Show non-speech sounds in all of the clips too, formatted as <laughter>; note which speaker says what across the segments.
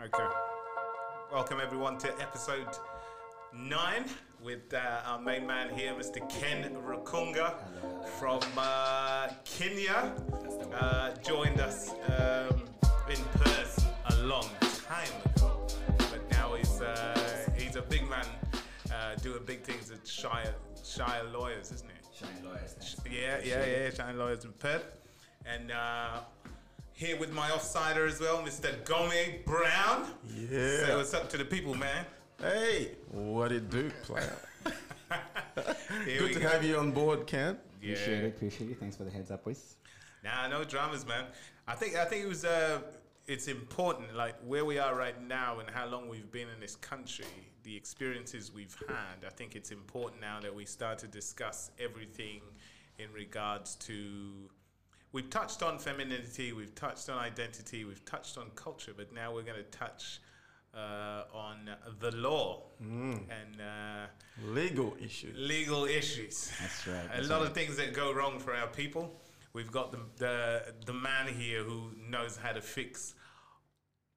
Speaker 1: Okay. Welcome everyone to episode nine with uh, our main man here, Mr. Ken Rukunga from uh, Kenya. Uh, joined us um, in Perth a long time ago, but now he's uh, he's a big man uh, doing big things at Shire Shire Lawyers, isn't he?
Speaker 2: Shine lawyers next.
Speaker 1: Yeah, yeah, yeah. Shine Lawyers in Perth. And uh, here with my offsider as well, Mr. Gome Brown.
Speaker 3: Yeah.
Speaker 1: Say what's up to the people, man.
Speaker 3: Hey, what it do, player?
Speaker 1: <laughs> Here
Speaker 3: Good to have you on board, Ken.
Speaker 2: Appreciate
Speaker 1: Yeah.
Speaker 2: it. Appreciate you. Thanks for the heads up, boys.
Speaker 1: Nah, no dramas, man. I think I think it was uh it's important, like where we are right now and how long we've been in this country, the experiences we've had. I think it's important now that we start to discuss everything in regards to we've touched on femininity, we've touched on identity, we've touched on culture, but now we're going to touch uh, on the law
Speaker 3: Mm.
Speaker 1: and uh,
Speaker 3: Legal issue.
Speaker 1: legal issues.
Speaker 2: That's right,
Speaker 1: a
Speaker 2: that's
Speaker 1: lot of things that go wrong for our people. We've got the, the the man here who knows how to fix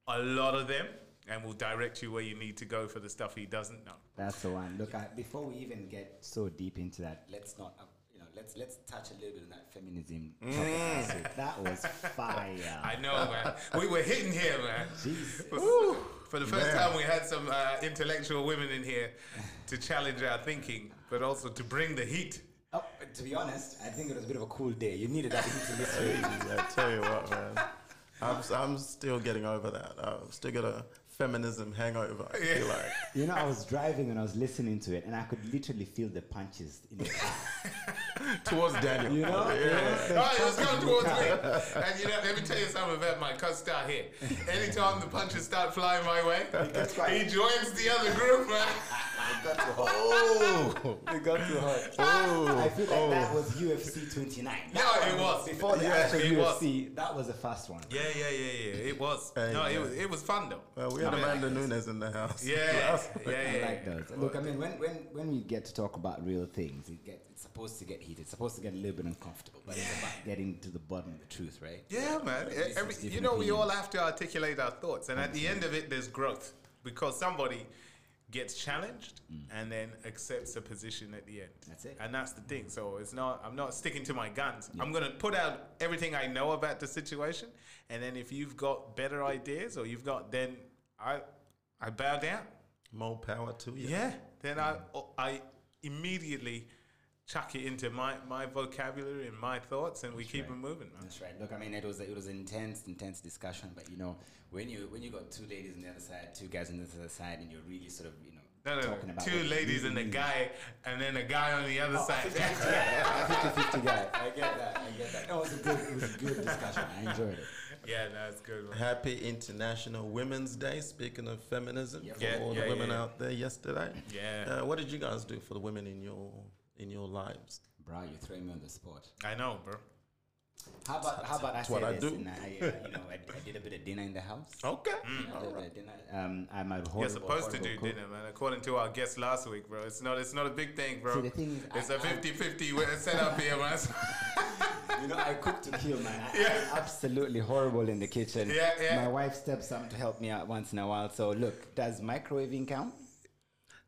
Speaker 1: a lot of them, and will direct you where you need to go for the stuff he doesn't know.
Speaker 2: That's the one. Look, I, before we even get so deep into that, let's not, uh, you know, let's let's touch a little bit on that feminism. topic last week. That was
Speaker 1: I
Speaker 2: <laughs> fire.
Speaker 1: know, man. we were hitting here, man.
Speaker 2: Jesus.
Speaker 1: <laughs> For the first time, we had some uh, intellectual women in here to challenge our thinking, but also to bring the heat.
Speaker 2: Oh, but to be honest, I think it was a bit of a cool day. You needed that heat in this week.
Speaker 3: I tell you what, man. I'm, s- I'm still getting over that. I've still got a feminism hangover. I feel like.
Speaker 2: <laughs> You know, I was driving and I was listening to it, and I could literally feel the punches <laughs> in the car.
Speaker 3: Towards Daniel.
Speaker 2: You know?
Speaker 3: Yeah.
Speaker 1: All right, let's go towards me. And you know, let me tell you something about my co-star here. Anytime the punches start flying my way,
Speaker 2: gets quiet.
Speaker 1: he joins the other group, man.
Speaker 2: got too hot.
Speaker 3: Oh,
Speaker 2: It got too hot. I
Speaker 3: oh,
Speaker 2: feel like that was UFC 29.
Speaker 1: No,
Speaker 2: That
Speaker 1: it
Speaker 2: one
Speaker 1: was.
Speaker 2: Before the
Speaker 1: Yeah,
Speaker 2: actual
Speaker 1: it was.
Speaker 2: UFC, that was the first one.
Speaker 1: Yeah, yeah, yeah, yeah. It was.
Speaker 3: Hey,
Speaker 1: no, it
Speaker 3: man.
Speaker 1: was. It was fun though.
Speaker 3: Well, we had
Speaker 1: I mean,
Speaker 3: Amanda Nunes in the house.
Speaker 1: Yeah,
Speaker 3: last week.
Speaker 1: yeah, yeah.
Speaker 2: I like
Speaker 1: yeah.
Speaker 2: those. Look, I mean, when, when, when we get to talk about real things, it get, it's supposed to get heated. It's supposed to get a little bit uncomfortable, but it's about getting to the bottom of the truth, right?
Speaker 1: Yeah, man.
Speaker 2: At least
Speaker 1: Every,
Speaker 2: it's
Speaker 1: you
Speaker 2: different
Speaker 1: know, we all
Speaker 2: opinions.
Speaker 1: have to articulate our thoughts, and at the end of it, there's growth because somebody gets challenged and then accepts a position at the end.
Speaker 2: Mm. That's it.
Speaker 1: And that's the thing. So it's not. I'm not sticking to my guns. I'm gonna put out everything I know about the situation, and then if you've got better ideas or you've got, then I, I bow down.
Speaker 3: More power to you.
Speaker 1: Yeah. Then I
Speaker 2: Mm.
Speaker 1: I immediately chuck it into my my vocabulary and my thoughts, and we keep
Speaker 2: right.
Speaker 1: it moving, man.
Speaker 2: That's right. Look, I mean, it was it was an intense, intense discussion, but you know, when you when you got two ladies on the other side, two guys on the other side, and you're really sort of you know
Speaker 1: No, no,
Speaker 2: talking
Speaker 1: no.
Speaker 2: about Mm-hmm.
Speaker 1: Two
Speaker 2: Oh. what you
Speaker 1: ladies
Speaker 2: really
Speaker 1: and a
Speaker 2: mean.
Speaker 1: guy, and then a guy on the other side.
Speaker 2: <laughs>
Speaker 1: <laughs>
Speaker 2: Yeah, 50-50 guy. I get that. I get that. That was a good, it was a good discussion. I enjoyed it.
Speaker 1: yeah, that's good. One.
Speaker 3: Happy International Women's Day. Speaking of feminism,
Speaker 2: Yep.
Speaker 3: for
Speaker 1: Yeah,
Speaker 3: all
Speaker 1: yeah,
Speaker 3: the women
Speaker 1: yeah.
Speaker 3: out there yesterday.
Speaker 1: Yeah.
Speaker 3: Uh, what did you guys do for the women in your in your lives?
Speaker 2: Bro, you're throwing me on the spot.
Speaker 1: I know, bro.
Speaker 2: How about how about I say
Speaker 3: what I
Speaker 2: this?
Speaker 3: do.
Speaker 2: And I, uh, you know, I, I did a bit of dinner in the house.
Speaker 3: Okay.
Speaker 2: I did a bit of dinner. Um, I'm a horrible,
Speaker 1: You're Mm, supposed to
Speaker 2: horrible
Speaker 1: do
Speaker 2: cook.
Speaker 1: dinner, man. According to our guest last week, bro, it's not it's not a big thing, bro.
Speaker 2: See, the thing is,
Speaker 1: it's
Speaker 2: I-
Speaker 1: a 50-50 wi- setup here, man. <laughs> So-
Speaker 2: You know, I cook to kill, man. I, am absolutely horrible in the kitchen.
Speaker 1: Yeah, yeah.
Speaker 2: My wife steps up to help me out once in a while. So look, does microwaving count?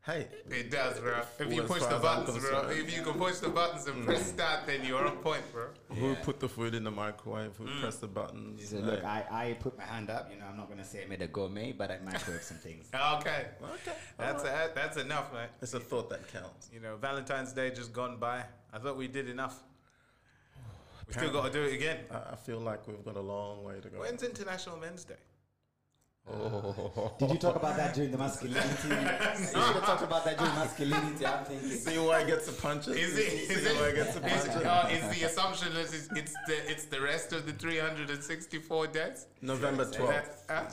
Speaker 3: Hey,
Speaker 1: it does, bro. If you
Speaker 3: Well, as
Speaker 1: push
Speaker 3: far
Speaker 1: the
Speaker 3: as I'm
Speaker 1: buttons, bro.
Speaker 3: concerned.
Speaker 1: If you can push the buttons and
Speaker 2: Mm.
Speaker 1: press start, then you're on point, bro.
Speaker 3: who put the food in the microwave?
Speaker 1: Mm.
Speaker 3: Who pressed the buttons?
Speaker 2: So
Speaker 3: Hey.
Speaker 2: look, I, I put my hand up. You know, I'm not gonna say I made a gourmet, but I microwave some things.
Speaker 1: Okay,
Speaker 3: okay.
Speaker 1: that's a, that's enough, man.
Speaker 3: it's a thought that counts.
Speaker 1: You know, Valentine's Day just gone by. I thought we did enough. We still got to do it again.
Speaker 3: I, I feel like we've got a long way to go.
Speaker 1: When's International Men's Day?
Speaker 3: Oh.
Speaker 2: Did you talk about that during the masculinity? you should have talked about that during masculinity. I'm thinking.
Speaker 3: <laughs> See who I gets the punches.
Speaker 1: Is it? Is
Speaker 3: See who I
Speaker 1: it?
Speaker 3: gets
Speaker 1: Is,
Speaker 3: the punches.
Speaker 1: uh, is the assumption that it's, it's the it's the rest of the 364 days?
Speaker 3: November
Speaker 1: That-
Speaker 3: twelfth.
Speaker 1: uh,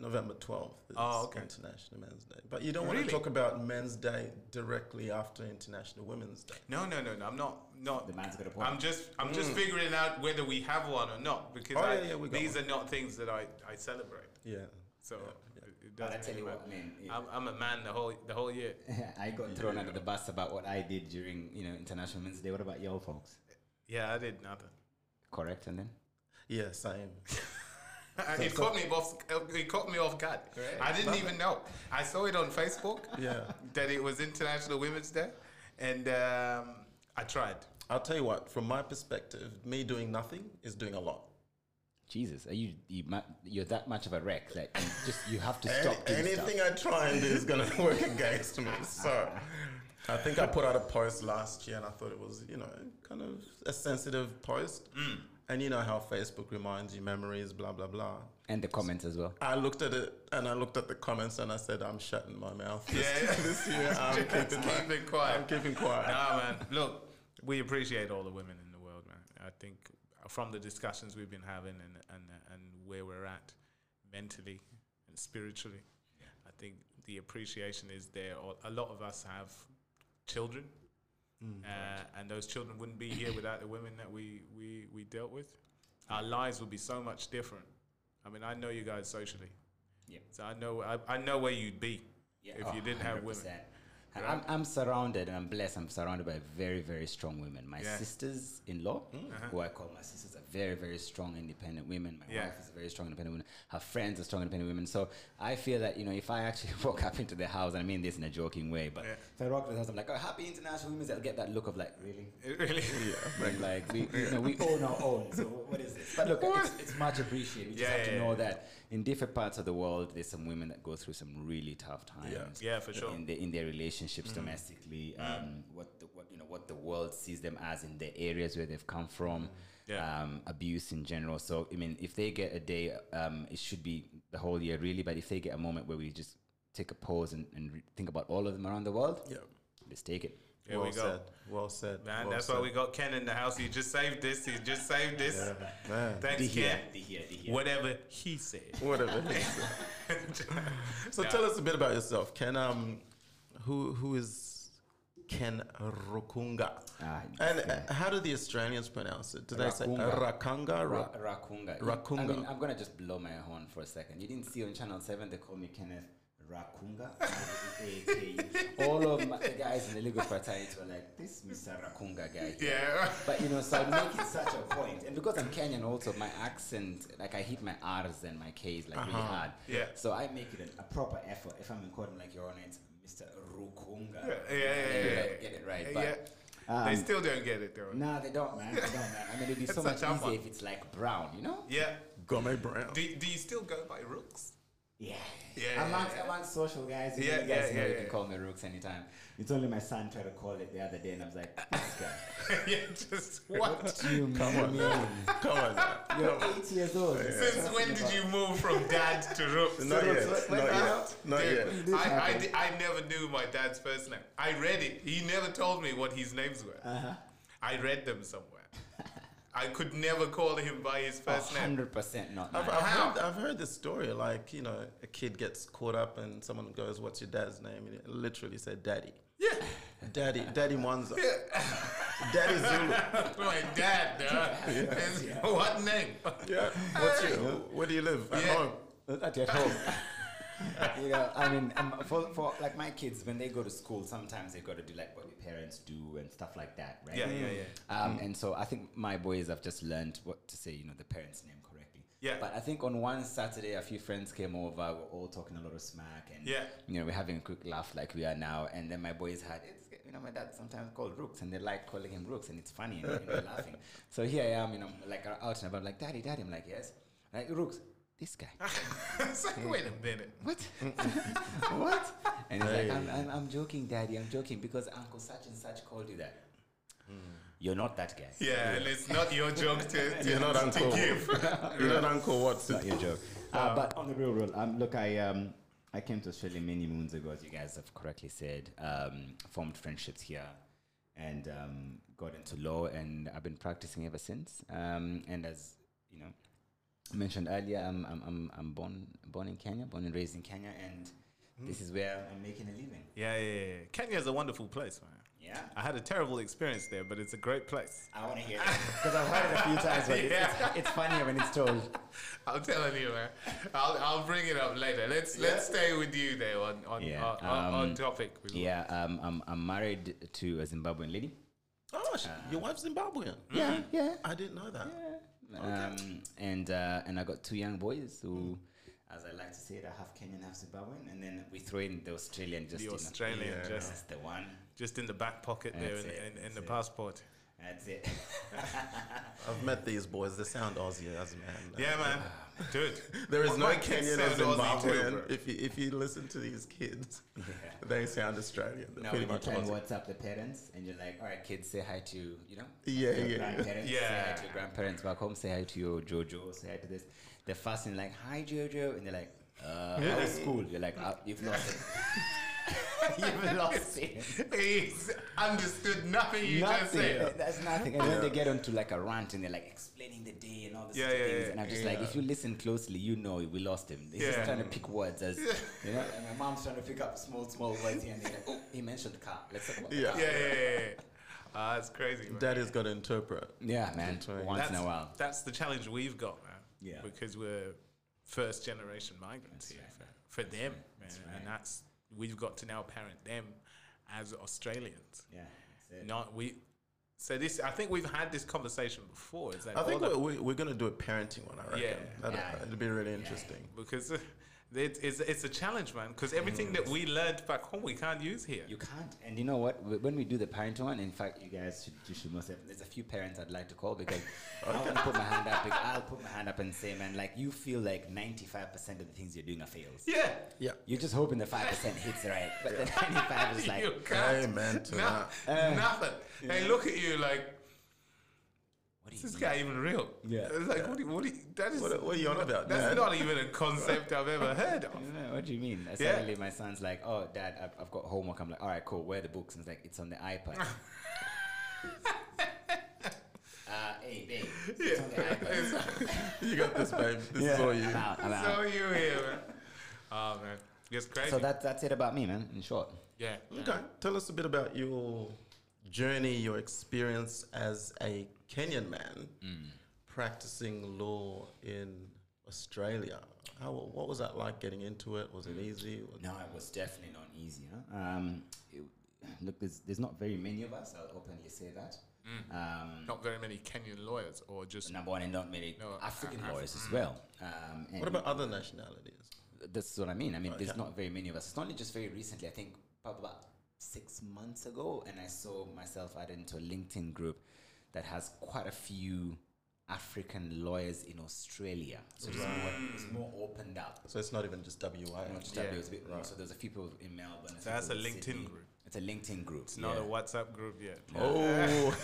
Speaker 3: November twelfth is
Speaker 1: Oh, okay.
Speaker 3: International Men's Day. But you don't want
Speaker 1: Really?
Speaker 3: to talk about Men's Day directly after International Women's Day.
Speaker 1: No, no, no, no. I'm not. Not.
Speaker 2: The man's got a point.
Speaker 1: I'm just. I'm just figuring out whether we have one or not because
Speaker 3: Mm. Oh,
Speaker 1: I,
Speaker 3: yeah, yeah, we got
Speaker 1: these
Speaker 3: one.
Speaker 1: are not things that I, I celebrate.
Speaker 3: Yeah.
Speaker 1: So it- it
Speaker 2: But I
Speaker 1: doesn't.
Speaker 2: tell
Speaker 1: really
Speaker 2: you
Speaker 1: matter.
Speaker 2: what, man. it-
Speaker 1: I'm, I'm a man the whole the whole year.
Speaker 2: <laughs> I got thrown under the bus about what I did during, you know, International Women's Day. What about y'all folks?
Speaker 3: <laughs>
Speaker 1: Yeah, I did nothing.
Speaker 2: Correct, and then
Speaker 3: Yeah, same.
Speaker 1: it caught me off. It caught me off guard.
Speaker 2: Great.
Speaker 1: I didn't even know. I saw it on Facebook.
Speaker 3: Yeah.
Speaker 1: that it was International Women's Day, and um, I tried.
Speaker 3: I'll tell you what, from my perspective, me doing nothing is doing a lot.
Speaker 2: Jesus, are you, you ma- you're that much of a wreck? Like, you just you have
Speaker 3: <laughs>
Speaker 2: to stop doing stuff.
Speaker 3: anything I try and do is going to <laughs> work against me. So I think I put out a post last year and I thought it was, you know, kind of a sensitive post.
Speaker 1: Mm.
Speaker 3: And you know how Facebook reminds you memories, blah, blah, blah.
Speaker 2: And the comments as well.
Speaker 3: I looked at it and I looked at the comments and I said, I'm shutting my mouth. this-
Speaker 1: Yeah.
Speaker 3: this year. um,
Speaker 1: <laughs>
Speaker 3: I'm keeping, my-
Speaker 1: Keep it quiet.
Speaker 3: <laughs> I'm keeping quiet.
Speaker 1: Nah, man. Look, we appreciate all the women in the world, man. I think from the discussions we've been having and and and where we're at mentally and spiritually, I think the appreciation is there. Or A lot of us have children,
Speaker 2: Mm.
Speaker 1: uh, and those children wouldn't be here without the women that we we we dealt with. Our lives would be so much different. I mean, I know you guys socially,
Speaker 2: Yeah.
Speaker 1: so I know I, I know where you'd be if you
Speaker 2: Oh,
Speaker 1: didn't have women. <laughs>
Speaker 2: 100%. And I'm, I'm surrounded and I'm blessed. I'm surrounded by very, very strong women. My
Speaker 1: Yeah. Mm-hmm. Uh-huh.
Speaker 2: sisters in law, who I call my sisters, are very, very strong, independent women. My
Speaker 1: Yeah.
Speaker 2: wife is a very strong, independent woman. Her friends are strong, independent women. So I feel that, you know, if I actually <laughs> walk up into the house, and I mean this in a joking way, but
Speaker 1: Yeah.
Speaker 2: if I walk up to the house, I'm like, oh, happy International Women's Day, I'll get that look of like, really?
Speaker 1: It really.
Speaker 2: And like we, you know, we own our own. So what is this? But look, it's, it's much appreciated. You just
Speaker 1: Yeah,
Speaker 2: have to
Speaker 1: yeah,
Speaker 2: know
Speaker 1: yeah.
Speaker 2: that in different parts of the world, there's some women that go through some really tough times.
Speaker 1: Yeah, for sure. Mm-hmm. Mm.
Speaker 2: In, the, in their relationships domestically, um, what the what you know what the world sees them as in the areas where they've come from.
Speaker 1: Yeah.
Speaker 2: Um, abuse in general. So I mean, if they get a day, um, it should be the whole year really. But if they get a moment where we just take a pause and, and re- think about all of them around the world,
Speaker 3: Yeah.
Speaker 2: let's take it.
Speaker 1: Here
Speaker 3: well
Speaker 1: we go.
Speaker 3: said. Well said.
Speaker 1: Man,
Speaker 3: well
Speaker 1: that's
Speaker 3: said.
Speaker 1: why we got Ken in the house. He just saved this. He just saved this.
Speaker 3: Yeah, man.
Speaker 1: Thanks, Ken.
Speaker 2: Be here, be here.
Speaker 1: Whatever he said.
Speaker 3: Whatever. So
Speaker 1: Yeah.
Speaker 3: tell us a bit about yourself. Ken, um, who who is Ken Rukunga?
Speaker 2: Ah,
Speaker 3: and
Speaker 2: yeah.
Speaker 3: uh, how do the Australians pronounce it? Do they say
Speaker 2: Rakunga.
Speaker 3: Rakanga? Ra-
Speaker 2: Ra- Rakunga. You- I
Speaker 3: Rakunga.
Speaker 2: mean, I'm gonna just blow my horn for a second. You didn't see on Channel Seven they call me Kenneth Rakunga. <laughs> A.K.A.. All of my, the guys in the legal fraternity were like, "This Mr. Rakunga guy." here."
Speaker 1: Yeah.
Speaker 2: But you know, so I make it such a point, and because I'm Kenyan, also my accent, like I hit my R's and my K's like really hard.
Speaker 1: Uh-huh. Yeah.
Speaker 2: So I make it an, a proper effort. If I'm in court, I'm like, "Your Honor, it's Mr.
Speaker 1: Yeah, yeah,
Speaker 2: Rukunga."
Speaker 1: yeah,
Speaker 2: And you
Speaker 1: yeah,
Speaker 2: don't
Speaker 1: yeah.
Speaker 2: Get it right,
Speaker 1: Yeah.
Speaker 2: but.
Speaker 1: they
Speaker 2: um,
Speaker 1: still don't get it, though.
Speaker 2: No, they don't, man. They don't, man. I mean, it'd be
Speaker 1: <laughs>
Speaker 2: so
Speaker 1: It's a
Speaker 2: much
Speaker 1: tough
Speaker 2: easier
Speaker 1: one.
Speaker 2: if it's like brown, you know?
Speaker 1: Yeah.
Speaker 3: Gourmet Brown.
Speaker 1: Do, do you still go by Rooks? <laughs>
Speaker 2: Yeah.
Speaker 1: Yeah,
Speaker 2: Amongst,
Speaker 1: yeah.
Speaker 2: amongst social guys, you,
Speaker 1: Yeah,
Speaker 2: know, you guys
Speaker 1: yeah,
Speaker 2: know
Speaker 1: yeah,
Speaker 2: you
Speaker 1: yeah.
Speaker 2: can call me Rooks anytime. It's only my son tried to call it the other day, and I was like,
Speaker 1: <laughs>
Speaker 2: this guy.
Speaker 1: yeah, just what?
Speaker 2: Do you
Speaker 3: Come on,
Speaker 2: mean?
Speaker 3: come on. now.
Speaker 2: You're eight years old.
Speaker 1: Since when did you move from dad to Rooks?
Speaker 3: Not yet.
Speaker 2: what's-
Speaker 3: Not
Speaker 2: what's
Speaker 3: yet. Not yet.
Speaker 1: Dude, I, I, di- I never knew my dad's first name. I read it. He never told me what his names were.
Speaker 2: Uh-huh.
Speaker 1: I read them somewhere. I could never call him by his first name.
Speaker 2: Hundred percent not.
Speaker 3: I've,
Speaker 2: mine.
Speaker 3: I've,
Speaker 1: How?
Speaker 3: heard, I've heard this story. Like you know, a kid gets caught up and someone goes, "What's your dad's name?" And it literally said, "Daddy."
Speaker 2: <laughs>
Speaker 1: Yeah.
Speaker 3: Daddy, Daddy Mwanza. Daddy
Speaker 1: <laughs>
Speaker 3: Zulu.
Speaker 1: my dad, uh, is- <laughs> what name?
Speaker 3: Yeah. What's your, where do you live? At
Speaker 1: Yeah.
Speaker 3: home.
Speaker 2: Not at home.
Speaker 1: <laughs>
Speaker 2: <laughs> you know, I mean, um, for, for like my kids, when they go to school, sometimes they've got to do like what their parents do and stuff like that, right?
Speaker 1: Yeah, yeah, Mm. yeah.
Speaker 2: Um, And so I think my boys have just learned what to say, you know, the parents' name correctly.
Speaker 1: Yeah.
Speaker 2: But I think on one Saturday, a few friends came over. We're all talking a lot of smack, and
Speaker 1: Yeah. <laughs>
Speaker 2: you know, we're having a quick laugh like we are now. And then my boys had, it's, you know, my dad sometimes called Rooks, and they like calling him Rooks, and it's funny, and you know, we're laughing. So here I am, you know, I'm, like uh, out and about, like Daddy, Daddy. I'm like, yes, like Rooks. This guy. <laughs>
Speaker 1: it's like, wait a minute.
Speaker 2: What? what? And he's
Speaker 3: Hey.
Speaker 2: like, I'm, I'm, I'm joking, daddy. I'm joking because Uncle such and such called you that. You're not that guy.
Speaker 1: Yeah, and it's not your joke <laughs> to, to,
Speaker 3: You're not
Speaker 1: to
Speaker 3: Uncle.
Speaker 1: give.
Speaker 3: You're not Uncle Watson.
Speaker 2: Not your joke. Uh, but on the real world, um, look, I um, I came to Australia many moons ago, as you guys have correctly said. Um, formed friendships here, and um, got into law, and I've been practicing ever since. Um, and as you know, mentioned earlier, I'm I'm I'm, I'm born born in Kenya, born and raised in Kenya, and this is where I'm making a living.
Speaker 1: Yeah, yeah, yeah. <laughs> Kenya's a wonderful place, man.
Speaker 2: Yeah.
Speaker 1: I had a terrible experience there, but it's a great place.
Speaker 2: I want to <laughs> hear it because I've heard it a few times, but it's, it's, it's funnier when it's <laughs> told.
Speaker 1: I'm telling you, man. I'll, I'll bring it up later. Let's let's stay with you there on on,
Speaker 2: Yeah,
Speaker 1: on, on, on
Speaker 2: um,
Speaker 1: topic.
Speaker 2: Yeah, um, I'm, I'm married to a Zimbabwean lady.
Speaker 3: Oh, sh your wife's Zimbabwean.
Speaker 2: Yeah, yeah.
Speaker 3: I didn't know that.
Speaker 2: yeah. Um, and uh, and I got two young boys
Speaker 3: Mm.
Speaker 2: who, as I like to say, it, are half Kenyan, half Zimbabwean. And then we throw in the Australian just
Speaker 1: The
Speaker 2: in.
Speaker 1: Australian
Speaker 3: Yeah.
Speaker 1: just
Speaker 2: That's the one.
Speaker 1: just in the back pocket there
Speaker 2: That's
Speaker 1: in,
Speaker 2: it,
Speaker 1: in, in
Speaker 2: that's
Speaker 1: the
Speaker 2: it.
Speaker 1: passport.
Speaker 2: That's
Speaker 3: <laughs>
Speaker 2: it.
Speaker 3: I've met these boys. They sound Aussie as man.
Speaker 1: Yeah, <laughs> man, dude.
Speaker 3: There is no
Speaker 1: My kids
Speaker 3: Kenyan or
Speaker 1: sound Aussie too,
Speaker 3: Zimbabwean.
Speaker 1: bro.
Speaker 3: If you if you listen to these kids, they sound Australian. They're
Speaker 2: now
Speaker 3: pretty
Speaker 2: when you
Speaker 3: much
Speaker 2: try and
Speaker 3: Aussie.
Speaker 2: WhatsApp the parents, and you're like, all right, kids, say hi to you know
Speaker 3: Yeah,
Speaker 2: your
Speaker 3: yeah, yeah.
Speaker 2: grandparents, say hi
Speaker 1: Yeah.
Speaker 2: to your grandparents back home, say hi to your Jojo, say hi to this. They're fasting like hi Jojo, and they're like. Uh, how was school? You're like, ah, you've lost it. <laughs> you've lost it.
Speaker 1: He's understood nothing you just said.
Speaker 2: That's nothing. And then they get onto like a rant and they're like explaining the day and all this
Speaker 1: Yeah,
Speaker 2: sort of
Speaker 1: yeah,
Speaker 2: things.
Speaker 1: yeah.
Speaker 2: And I'm just like, if you listen closely, you know we lost him. He's just
Speaker 1: Yeah.
Speaker 2: trying to pick words as you know. And my mom's trying to pick up small, small words here and there. Like, oh, he mentioned car. Let's talk about the
Speaker 3: Yeah.
Speaker 2: car.
Speaker 1: Yeah, yeah, yeah. yeah. Ah, that's crazy. Man.
Speaker 3: Daddy's got to interpret.
Speaker 2: Yeah, man.
Speaker 3: That's-
Speaker 2: Once in a while.
Speaker 1: That's the challenge we've got, man.
Speaker 2: Yeah.
Speaker 1: Because we're first generation migrants here for, for them, man. And that's we've got to now parent them as Australians.
Speaker 2: Yeah. that's it.
Speaker 1: Not we. So this, I think we've had this conversation before. Is that
Speaker 3: I think
Speaker 1: all the-
Speaker 3: we're, we- we're going to do a parenting one. I reckon.
Speaker 1: Yeah.
Speaker 3: That'd,
Speaker 2: Yeah.
Speaker 3: that'd be really interesting.
Speaker 1: because <laughs> uh, it, it's it's a challenge, man. Because everything that we learned back home, we can't use here.
Speaker 2: Mm. You can't. And you know what? Wh- When we do the parent one, in fact, you guys should, you should must have. There's a few parents I'd like to call
Speaker 1: <laughs>
Speaker 2: because I want to put my hand up. bec- I'll put my hand up and say, man, like you feel like 95% of the things you're doing are fails.
Speaker 1: yeah.
Speaker 3: Yeah.
Speaker 2: You're just hoping the 5% hits right,
Speaker 1: <laughs>
Speaker 2: but the 95 is like,
Speaker 1: you
Speaker 3: Hey,
Speaker 1: can't.
Speaker 3: man, to
Speaker 1: No,
Speaker 3: that. Eh.
Speaker 1: nothing. They look at you like,
Speaker 2: what do
Speaker 1: is
Speaker 2: you
Speaker 1: this
Speaker 2: mean?
Speaker 1: guy even real?
Speaker 2: Yeah.
Speaker 1: It's like, What, do you, what, do you, that is,
Speaker 3: What, what are you on about?
Speaker 1: that's
Speaker 3: Dad?
Speaker 1: not even a concept I've
Speaker 3: <laughs>
Speaker 1: ever heard of.
Speaker 2: Yeah, What do you mean? And
Speaker 1: Yeah.
Speaker 2: Suddenly my son's like, oh, dad, I've, I've got homework. I'm like, all right, cool. Where are the books? And it's like, it's on the iPad.
Speaker 1: <laughs>
Speaker 2: uh, hey, babe,
Speaker 1: <laughs>
Speaker 2: it's on the iPad.
Speaker 3: you got this, babe. This is all you.
Speaker 2: I'm out, I'm out.
Speaker 1: So you here, man. Oh, man. It's crazy.
Speaker 2: So that, that's it about me, man, in short.
Speaker 1: yeah.
Speaker 3: Okay. Tell us a bit about your journey, your experience as a Kenyan man
Speaker 2: Mm.
Speaker 3: practicing law in Australia. How, what was that like getting into it? Was it
Speaker 2: Mm.
Speaker 3: easy?
Speaker 2: No, it was definitely not easy. Huh? Um, it, look, there's, there's not very many of us. I'll openly say that. Um,
Speaker 1: Not very many Kenyan lawyers or just.
Speaker 2: number one, and not many
Speaker 1: No,
Speaker 2: African
Speaker 1: Af- mm.
Speaker 2: lawyers as well. Um, and
Speaker 3: What about other nationalities?
Speaker 2: That's what I mean. I
Speaker 1: Oh,
Speaker 2: mean, there's
Speaker 3: Okay.
Speaker 2: not very many of us. It's only just very recently. I think probably about six months ago, and I saw myself added into a LinkedIn group that has quite a few African lawyers in Australia. So it's,
Speaker 1: Mm.
Speaker 2: more, it's more opened up.
Speaker 3: So it's not even just WA.
Speaker 2: Not just
Speaker 1: Yeah.
Speaker 2: that, but it's a bit more. So there's a few people in Melbourne. a few
Speaker 1: that's
Speaker 2: people
Speaker 1: a
Speaker 2: in
Speaker 1: LinkedIn
Speaker 2: Sydney.
Speaker 1: group.
Speaker 2: It's a LinkedIn group.
Speaker 1: It's not a WhatsApp group
Speaker 3: <laughs>
Speaker 1: yet. <laughs>
Speaker 3: Oh,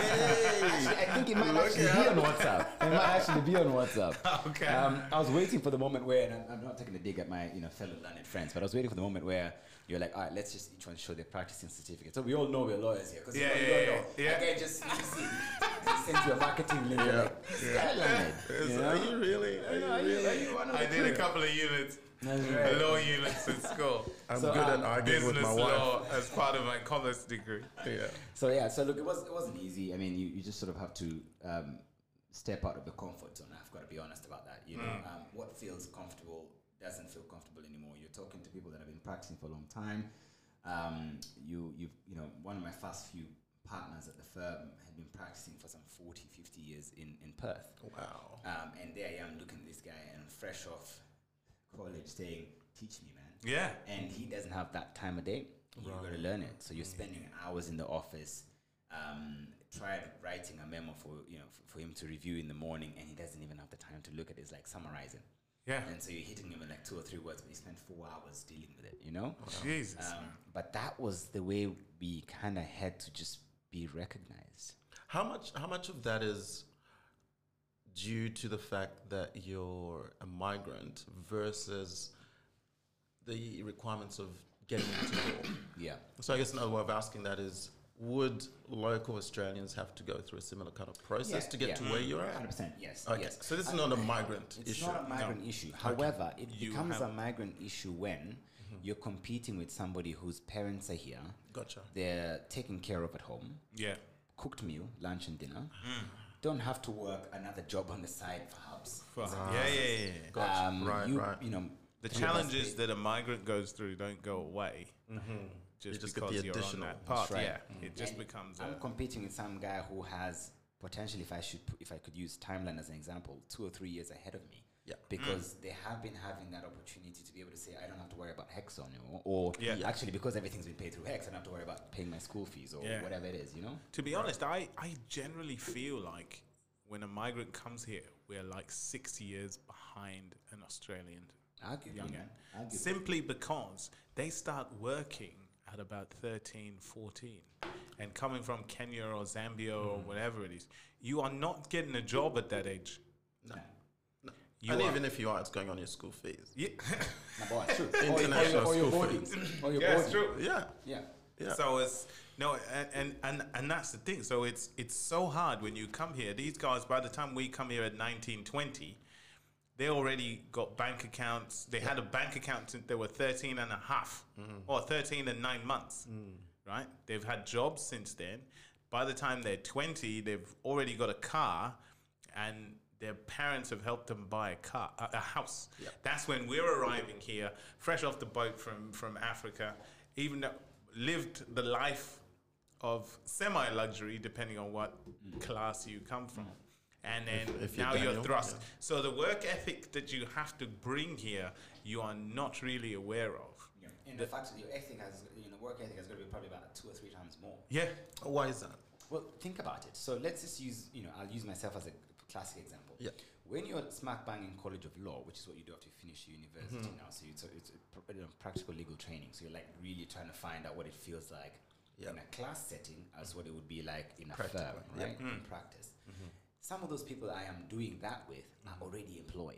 Speaker 2: Actually, I think it might actually be on WhatsApp. It might actually be
Speaker 1: <laughs>
Speaker 2: on WhatsApp.
Speaker 1: Okay.
Speaker 2: Um, I was waiting for the moment where, and I'm, I'm not taking a dig at my you know fellow learned friends, but I was waiting for the moment where you're like, all right, let's just each one show their practicing certificate. So we all know we're lawyers here because
Speaker 1: Yeah,
Speaker 2: you know,
Speaker 1: yeah,
Speaker 2: you all know.
Speaker 1: yeah,
Speaker 2: That
Speaker 1: yeah.
Speaker 2: guy just sneaks in and sends you a marketing link. You're like, this guy
Speaker 1: <laughs>
Speaker 2: learned.
Speaker 3: Is-
Speaker 2: You know?
Speaker 3: are you really? Are you really?
Speaker 1: I did a couple of units,
Speaker 2: That's right.
Speaker 1: law units in school.
Speaker 3: I'm
Speaker 2: So,
Speaker 3: good
Speaker 2: um,
Speaker 3: at arguing with
Speaker 1: Business
Speaker 3: my wife.
Speaker 1: law as part of my commerce degree.
Speaker 3: Yeah.
Speaker 2: So yeah, so look, it was it wasn't easy. I mean, you, you just sort of have to um, step out of your comfort zone. I've got to be honest about that. You know, um, what feels comfortable doesn't feel comfortable anymore. You're talking to people that have been practicing for a long time. Um, you you've you know one of my first few partners at the firm had been practicing for some 40, 50 years in in Perth.
Speaker 3: Wow.
Speaker 2: Um, and there I am looking at this guy and fresh off college saying, "Teach me, man."
Speaker 1: Yeah.
Speaker 2: and he doesn't have that time of day. You got to learn it. So you're spending hours in the office. Um, tried writing a memo for you know f- for him to review in the morning, and he doesn't even have the time to look at it. It's like summarizing,
Speaker 1: Yeah.
Speaker 2: and so you're hitting him with like two or three words, but he spent four hours dealing with it. You know.
Speaker 1: Jesus.
Speaker 2: Um, but that was the way we kind of had to just be recognized.
Speaker 3: How much? How much of that is due to the fact that you're a migrant versus the requirements of getting into law?
Speaker 2: Yeah.
Speaker 3: So I guess another way of asking that is: Would local Australians have to go through a similar kind of process
Speaker 2: Yeah,
Speaker 3: to get
Speaker 2: yeah.
Speaker 3: to where you're
Speaker 2: Hundred
Speaker 3: at?
Speaker 2: percent. Yes.
Speaker 3: Okay,
Speaker 2: Yes.
Speaker 3: so this is not a migrant
Speaker 2: It's
Speaker 3: issue.
Speaker 2: not a migrant issue. However, it
Speaker 1: You
Speaker 2: becomes a
Speaker 1: have-
Speaker 2: migrant issue when you're competing with somebody whose parents are here.
Speaker 3: Gotcha.
Speaker 2: They're taken care of at home,
Speaker 1: yeah.
Speaker 2: cooked meal, lunch and dinner. Don't have to work another job on the side, perhaps.
Speaker 1: Fuck. Yeah, yeah, yeah, yeah.
Speaker 3: Gotcha. right.
Speaker 2: you,
Speaker 3: right.
Speaker 2: You know,
Speaker 1: The
Speaker 2: three of us
Speaker 1: challenges
Speaker 2: did-
Speaker 1: that a migrant goes through don't go away. Just,
Speaker 3: Mm-hmm. You just get
Speaker 1: because
Speaker 3: the
Speaker 1: you're on
Speaker 3: additional. Mm-hmm.
Speaker 1: that path.
Speaker 2: right.
Speaker 1: Yeah. It just becomes.
Speaker 2: I'm
Speaker 1: A,
Speaker 2: competing with some guy who has potentially if I should pu- if I could use timeline as an example, two or three years ahead of me.
Speaker 3: Yeah.
Speaker 1: Mm.
Speaker 2: Because they have been having that opportunity to be able to say, I don't have to worry about Hex on or, or
Speaker 1: Yeah.
Speaker 2: actually because everything's been paid through Hex, I don't have to worry about paying my school fees or
Speaker 1: Yeah.
Speaker 2: whatever it is, you know?
Speaker 1: To be honest, I, I generally feel like when a migrant comes here, we're like six years behind an Australian
Speaker 2: Arguably,
Speaker 1: young
Speaker 2: man. Arguably.
Speaker 1: Simply because they start working at about 13, 14. And coming from Kenya or Zambia or
Speaker 3: Mm-hmm.
Speaker 1: whatever it is, you are not getting a job at that age.
Speaker 2: No.
Speaker 1: You
Speaker 3: and
Speaker 1: are-
Speaker 3: even if you are, it's going on your school fees.
Speaker 1: <laughs> Yeah,
Speaker 2: No, but it's true. or, your- or,
Speaker 3: <laughs>
Speaker 2: your-
Speaker 3: International
Speaker 2: or your
Speaker 3: school
Speaker 2: boardings. or your boarding.
Speaker 3: Yeah.
Speaker 2: Yeah.
Speaker 3: Yeah.
Speaker 1: So it's no, and, and and and that's the thing. So it's it's so hard when you come here. These guys, by the time we come here at nineteen twenty, they already got bank accounts. They had a bank account since they were 13 and a half
Speaker 3: Mm-hmm.
Speaker 1: or 13 and nine months,
Speaker 3: Mm.
Speaker 1: right? They've had jobs since then. By the time they're 20, they've already got a car and their parents have helped them buy a car, a, a house. That's when we're arriving here, fresh off the boat from, from Africa, even though lived the life of semi luxury, depending on what class you come from. And then
Speaker 3: Mm. if you're
Speaker 1: now you're
Speaker 3: Daniel,
Speaker 1: thrust.
Speaker 3: yeah.
Speaker 1: So the work ethic that you have to bring here, you are not really aware of.
Speaker 2: And the fact that your ethic has, you know, work ethic has got to be probably about two or three times more.
Speaker 1: Yeah,
Speaker 3: Why is that?
Speaker 2: Well, think about it. So let's just use, you know, I'll use myself as a classic example.
Speaker 3: Yeah.
Speaker 2: When you're smack bang in College of Law, which is what you do after you finish university
Speaker 3: Mm-hmm.
Speaker 2: now, so it's, a, it's a pr- you know, practical legal training. So you're like really trying to find out what it feels like
Speaker 3: Yeah.
Speaker 2: in a class setting as what it would be like in a
Speaker 3: Practical,
Speaker 2: firm,
Speaker 3: Mm-hmm.
Speaker 2: right? In practice. Some of those people I am doing that with are already employed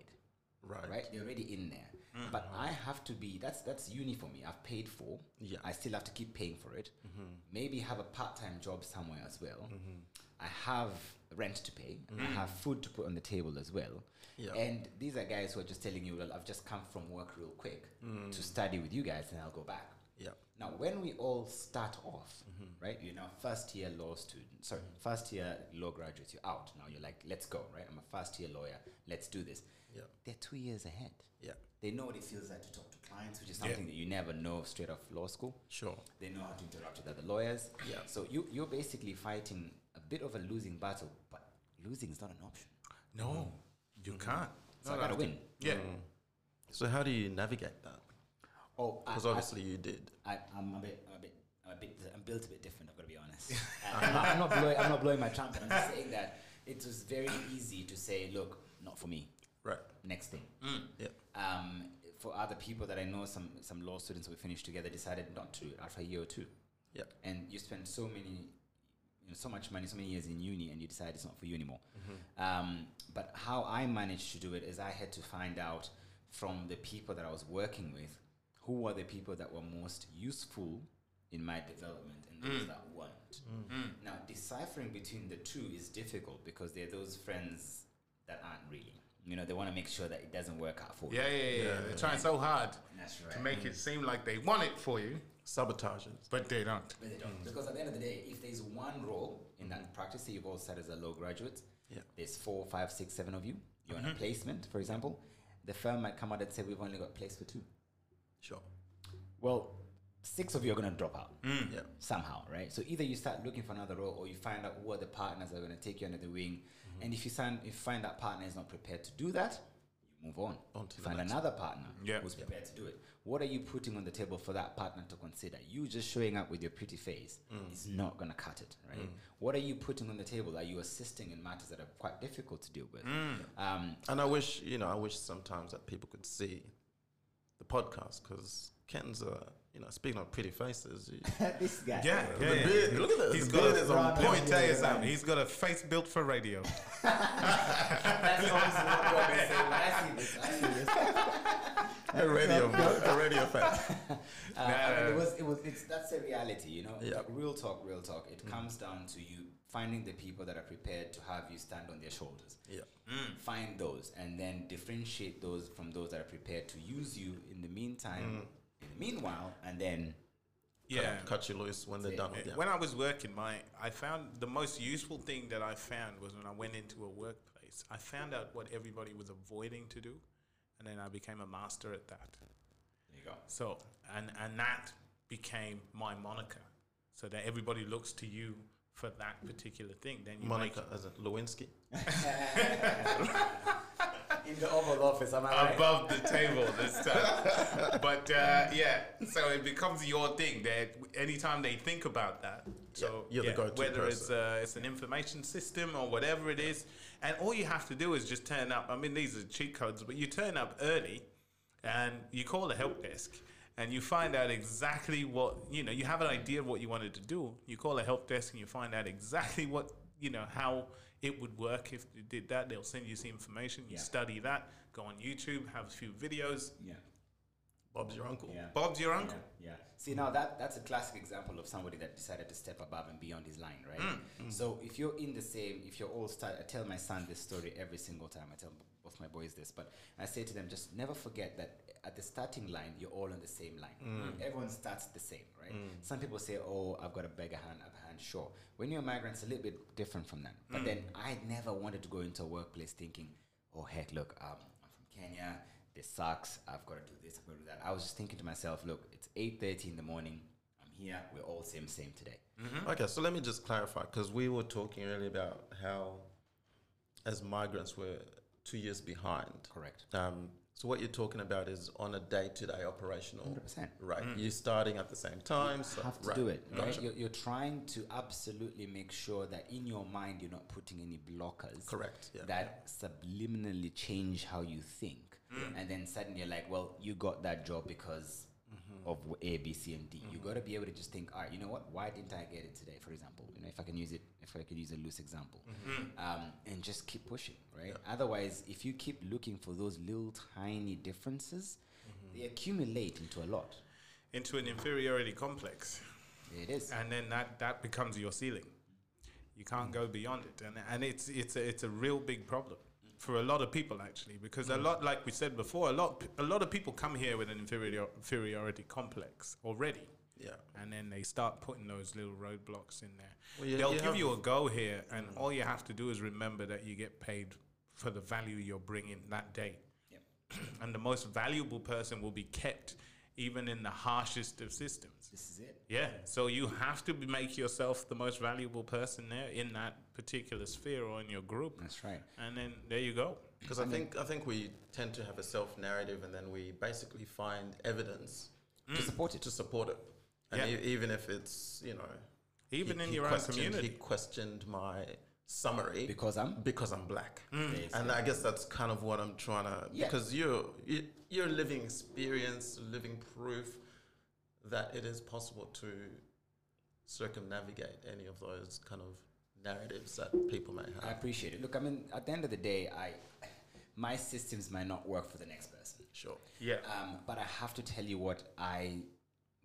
Speaker 3: Mm-hmm. Right. Mm-hmm.
Speaker 2: right? They're already in there. But I have to be that's that's uni for me. I've paid for.
Speaker 3: Yeah.
Speaker 2: I still have to keep paying for it. Maybe have a part time job somewhere as well. I have rent to pay. I have food to put on the table as well.
Speaker 3: Yeah.
Speaker 2: And these are guys who are just telling you, well, I've just come from work real quick to study with you guys and I'll go back.
Speaker 3: Yeah.
Speaker 2: Now, when we all start off, right? You're now first year law student. Sorry, first year law graduates. You're out now. You're like, let's go, right? I'm a first year lawyer. Let's do this.
Speaker 3: Yeah.
Speaker 2: They're two years ahead.
Speaker 3: Yeah.
Speaker 2: They know what it feels like to talk to clients, which is something that you never know straight off law school.
Speaker 3: Sure.
Speaker 2: They know how to interact with other lawyers.
Speaker 3: Yeah.
Speaker 2: So you you're basically fighting a bit of a losing battle, but losing is not an option.
Speaker 1: no, Mm. you
Speaker 3: Mm.
Speaker 1: can't.
Speaker 2: So I gotta win.
Speaker 1: Yeah,
Speaker 2: Mm.
Speaker 3: So how do you navigate that?
Speaker 2: Oh, I,
Speaker 3: Because obviously you did.
Speaker 2: I, I'm a bit, I'm a bit, I'm a bit, I'm built a bit different. I've got to be honest. Uh, <laughs> I'm, not, I'm not blowing, I'm not blowing my trumpet. I'm just saying that it was very easy to say, look, not for me.
Speaker 3: Right.
Speaker 2: Next thing.
Speaker 1: Mm.
Speaker 3: Yeah.
Speaker 2: Um, for other people that I know, some some law students we finished together decided not to after a year or two,
Speaker 3: Yeah.
Speaker 2: and you spend so many. You know, so much money, so many years in uni, and you decide it's not for you anymore. Um, but how I managed to do it is I had to find out from the people that I was working with who were the people that were most useful in my development and those that weren't. Now, deciphering between the two is difficult because they're those friends that aren't really. You know, they want to make sure that it doesn't work out for you.
Speaker 1: yeah, yeah. yeah, yeah. They're trying so hard
Speaker 2: That's
Speaker 1: to
Speaker 2: right.
Speaker 1: make it seem like they want it for you,
Speaker 3: Sabotages.
Speaker 1: but they don't.
Speaker 2: But they don't. Because at the end of the day, if there's one role in that practice, say you've all started as a law graduate,
Speaker 3: Yeah.
Speaker 2: there's four, five, six, seven of you, you're on a
Speaker 1: Mm-hmm.
Speaker 2: placement, for example, the firm might come out and say, We've only got place for two.
Speaker 3: Sure.
Speaker 2: Well, six of you are going to drop out
Speaker 1: Mm.
Speaker 3: Yeah.
Speaker 2: somehow, right? So either you start looking for another role or you find out who are the partners that are going to take you under the wing.
Speaker 3: Mm-hmm.
Speaker 2: And if you, sign, if you find that partner is not prepared to do that, you move on.
Speaker 3: On to the
Speaker 2: find
Speaker 3: next.
Speaker 2: another partner
Speaker 1: Yeah.
Speaker 2: who's prepared to do it. What are you putting on the table for that partner to consider? You just showing up with your pretty face
Speaker 3: Mm.
Speaker 2: is not going to cut it, right? What are you putting on the table? Are you assisting in matters that are quite difficult to deal with?
Speaker 3: Mm.
Speaker 2: Um,
Speaker 3: And I wish, you know, I wish sometimes that people could see the podcast because Ken's a, you know, speaking of pretty faces, you-
Speaker 2: this guy.
Speaker 1: <laughs> Yeah,
Speaker 3: The
Speaker 1: yeah, yeah.
Speaker 3: beard- look at that,
Speaker 1: He's
Speaker 3: the
Speaker 1: got.
Speaker 3: beard is on
Speaker 1: Let <laughs> me
Speaker 3: point.
Speaker 1: tell you
Speaker 2: Yeah, yeah,
Speaker 1: something. He's got a face built for radio.
Speaker 2: <laughs> That's always what I'm going to say. but I see this. I see this.
Speaker 3: a radio, a radio
Speaker 1: <laughs>
Speaker 3: face.
Speaker 2: Uh,
Speaker 1: No,
Speaker 2: I mean,
Speaker 1: no,
Speaker 2: it
Speaker 1: no.
Speaker 2: was, it was, it's, that's the reality, you know.
Speaker 3: Yeah.
Speaker 2: Like, real talk, real talk. It comes down to you finding the people that are prepared to have you stand on their shoulders.
Speaker 3: Yeah.
Speaker 2: Find those, and then differentiate those from those that are prepared to use you in the meantime, in the meanwhile, and then
Speaker 1: Yeah.
Speaker 3: Cut, cut you loose when they're done with you.
Speaker 1: When I was working, my I found the most useful thing that I found was when I went into a workplace. I found out what everybody was avoiding to do, and then I became a master at that.
Speaker 2: there you go.
Speaker 1: So, and and that became my moniker, so that everybody looks to you for that particular thing, then you
Speaker 3: Monica,
Speaker 1: make
Speaker 3: as it Lewinsky?
Speaker 2: <laughs> In the Oval Office, am I right?
Speaker 1: above the table this time. but uh, yeah, so it becomes your thing. That anytime they think about that, so
Speaker 3: you're the go-to
Speaker 1: whether it's
Speaker 3: person.
Speaker 1: uh, it's an information system or whatever it is, and all you have to do is just turn up. I mean, these are cheat codes, but you turn up early, and you call the help desk. And you find out exactly what you know. You have an idea of what you wanted to do. You call a help desk and you find out exactly what you know how it would work if you did that. They'll send you some information. You
Speaker 2: Yeah.
Speaker 1: study that. Go on YouTube. Have a few videos.
Speaker 2: yeah.
Speaker 3: Bob's your uncle.
Speaker 2: Yeah.
Speaker 1: Bob's your uncle.
Speaker 2: Yeah, yeah. See, now that that's a classic example of somebody that decided to step above and beyond his line, right? So if you're in the same, if you're all start, I tell my son this story every single time. I tell b- both my boys this, but I say to them, just never forget that at the starting line, you're all on the same line. Mm. Everyone starts the same, right? Some people say, "Oh, I've got a beggar hand, upper hand." Sure, when you're a migrant, it's a little bit different from that. But then I never wanted to go into a workplace thinking, "Oh heck, look, um, I'm from Kenya. This sucks. I've got to do this. I've got to do that. I was just thinking to myself, look, it's 8.30 in the morning. I'm here. We're all same, same today.
Speaker 3: Mm-hmm. Okay, so let me just clarify because we were talking earlier about how, as migrants, we're two years behind.
Speaker 2: Correct.
Speaker 3: Um, so what you're talking about is on a day-to-day operational,
Speaker 2: 100%.
Speaker 3: right?
Speaker 1: Mm.
Speaker 3: You're starting at the same time. so,
Speaker 2: Have to
Speaker 3: right,
Speaker 2: do it. right?
Speaker 3: Gotcha.
Speaker 2: You're, you're trying to absolutely make sure that in your mind you're not putting any blockers.
Speaker 3: Correct, yeah.
Speaker 2: That subliminally change how you think. And then suddenly you're like, well, you got that job because of w- A, B, C, and D. You got to be able to just think, all right, you know what? Why didn't I get it today? For example, you know, if I can use it, if I could use a loose example, um, and just keep pushing, right? Otherwise, if you keep looking for those little tiny differences, they accumulate into a lot.
Speaker 1: Into an inferiority complex,
Speaker 2: There it is.
Speaker 1: and then that that becomes your ceiling. You can't go beyond it, and and it's it's a, it's a real big problem for a lot of people actually, because a
Speaker 3: Mm.
Speaker 1: lot, like we said before, a lot a lot of people come here with an inferior, inferiority complex already.
Speaker 3: Yeah.
Speaker 1: and then they start putting those little roadblocks in there.
Speaker 3: Well, you-
Speaker 1: They'll
Speaker 3: you
Speaker 1: give
Speaker 3: have- Mm.
Speaker 1: you a go here, and all you have to do is remember that you get paid for the value you're bringing that day.
Speaker 2: Yep.
Speaker 1: <clears throat> and the most valuable person will be kept even in the harshest of systems.
Speaker 2: This is it.
Speaker 1: Yeah, so you have to be- make yourself the most valuable person there in that particular sphere or in your group.
Speaker 2: That's right.
Speaker 1: And then there you go.
Speaker 3: Because I, think I think we tend to have a self narrative, and then we basically find evidence
Speaker 2: To support it.
Speaker 3: to support it. And
Speaker 1: Yeah.
Speaker 3: e- even if it's you know,
Speaker 1: Even
Speaker 3: he-
Speaker 1: in
Speaker 3: he
Speaker 1: your own
Speaker 3: questioned-
Speaker 1: community.
Speaker 3: he questioned my summary
Speaker 2: Because I'm
Speaker 3: because I'm black,
Speaker 2: Yes,
Speaker 3: and I guess that's kind of what I'm trying to
Speaker 2: Yeah.
Speaker 3: because you you- you're living experience, living proof that it is possible to circumnavigate any of those kind of narratives that people may
Speaker 2: I
Speaker 3: have.
Speaker 2: appreciate it. Look, I mean, at the end of the day, I my systems might not work for the next person,
Speaker 3: Sure.
Speaker 1: Yeah.
Speaker 2: um, but I have to tell you what I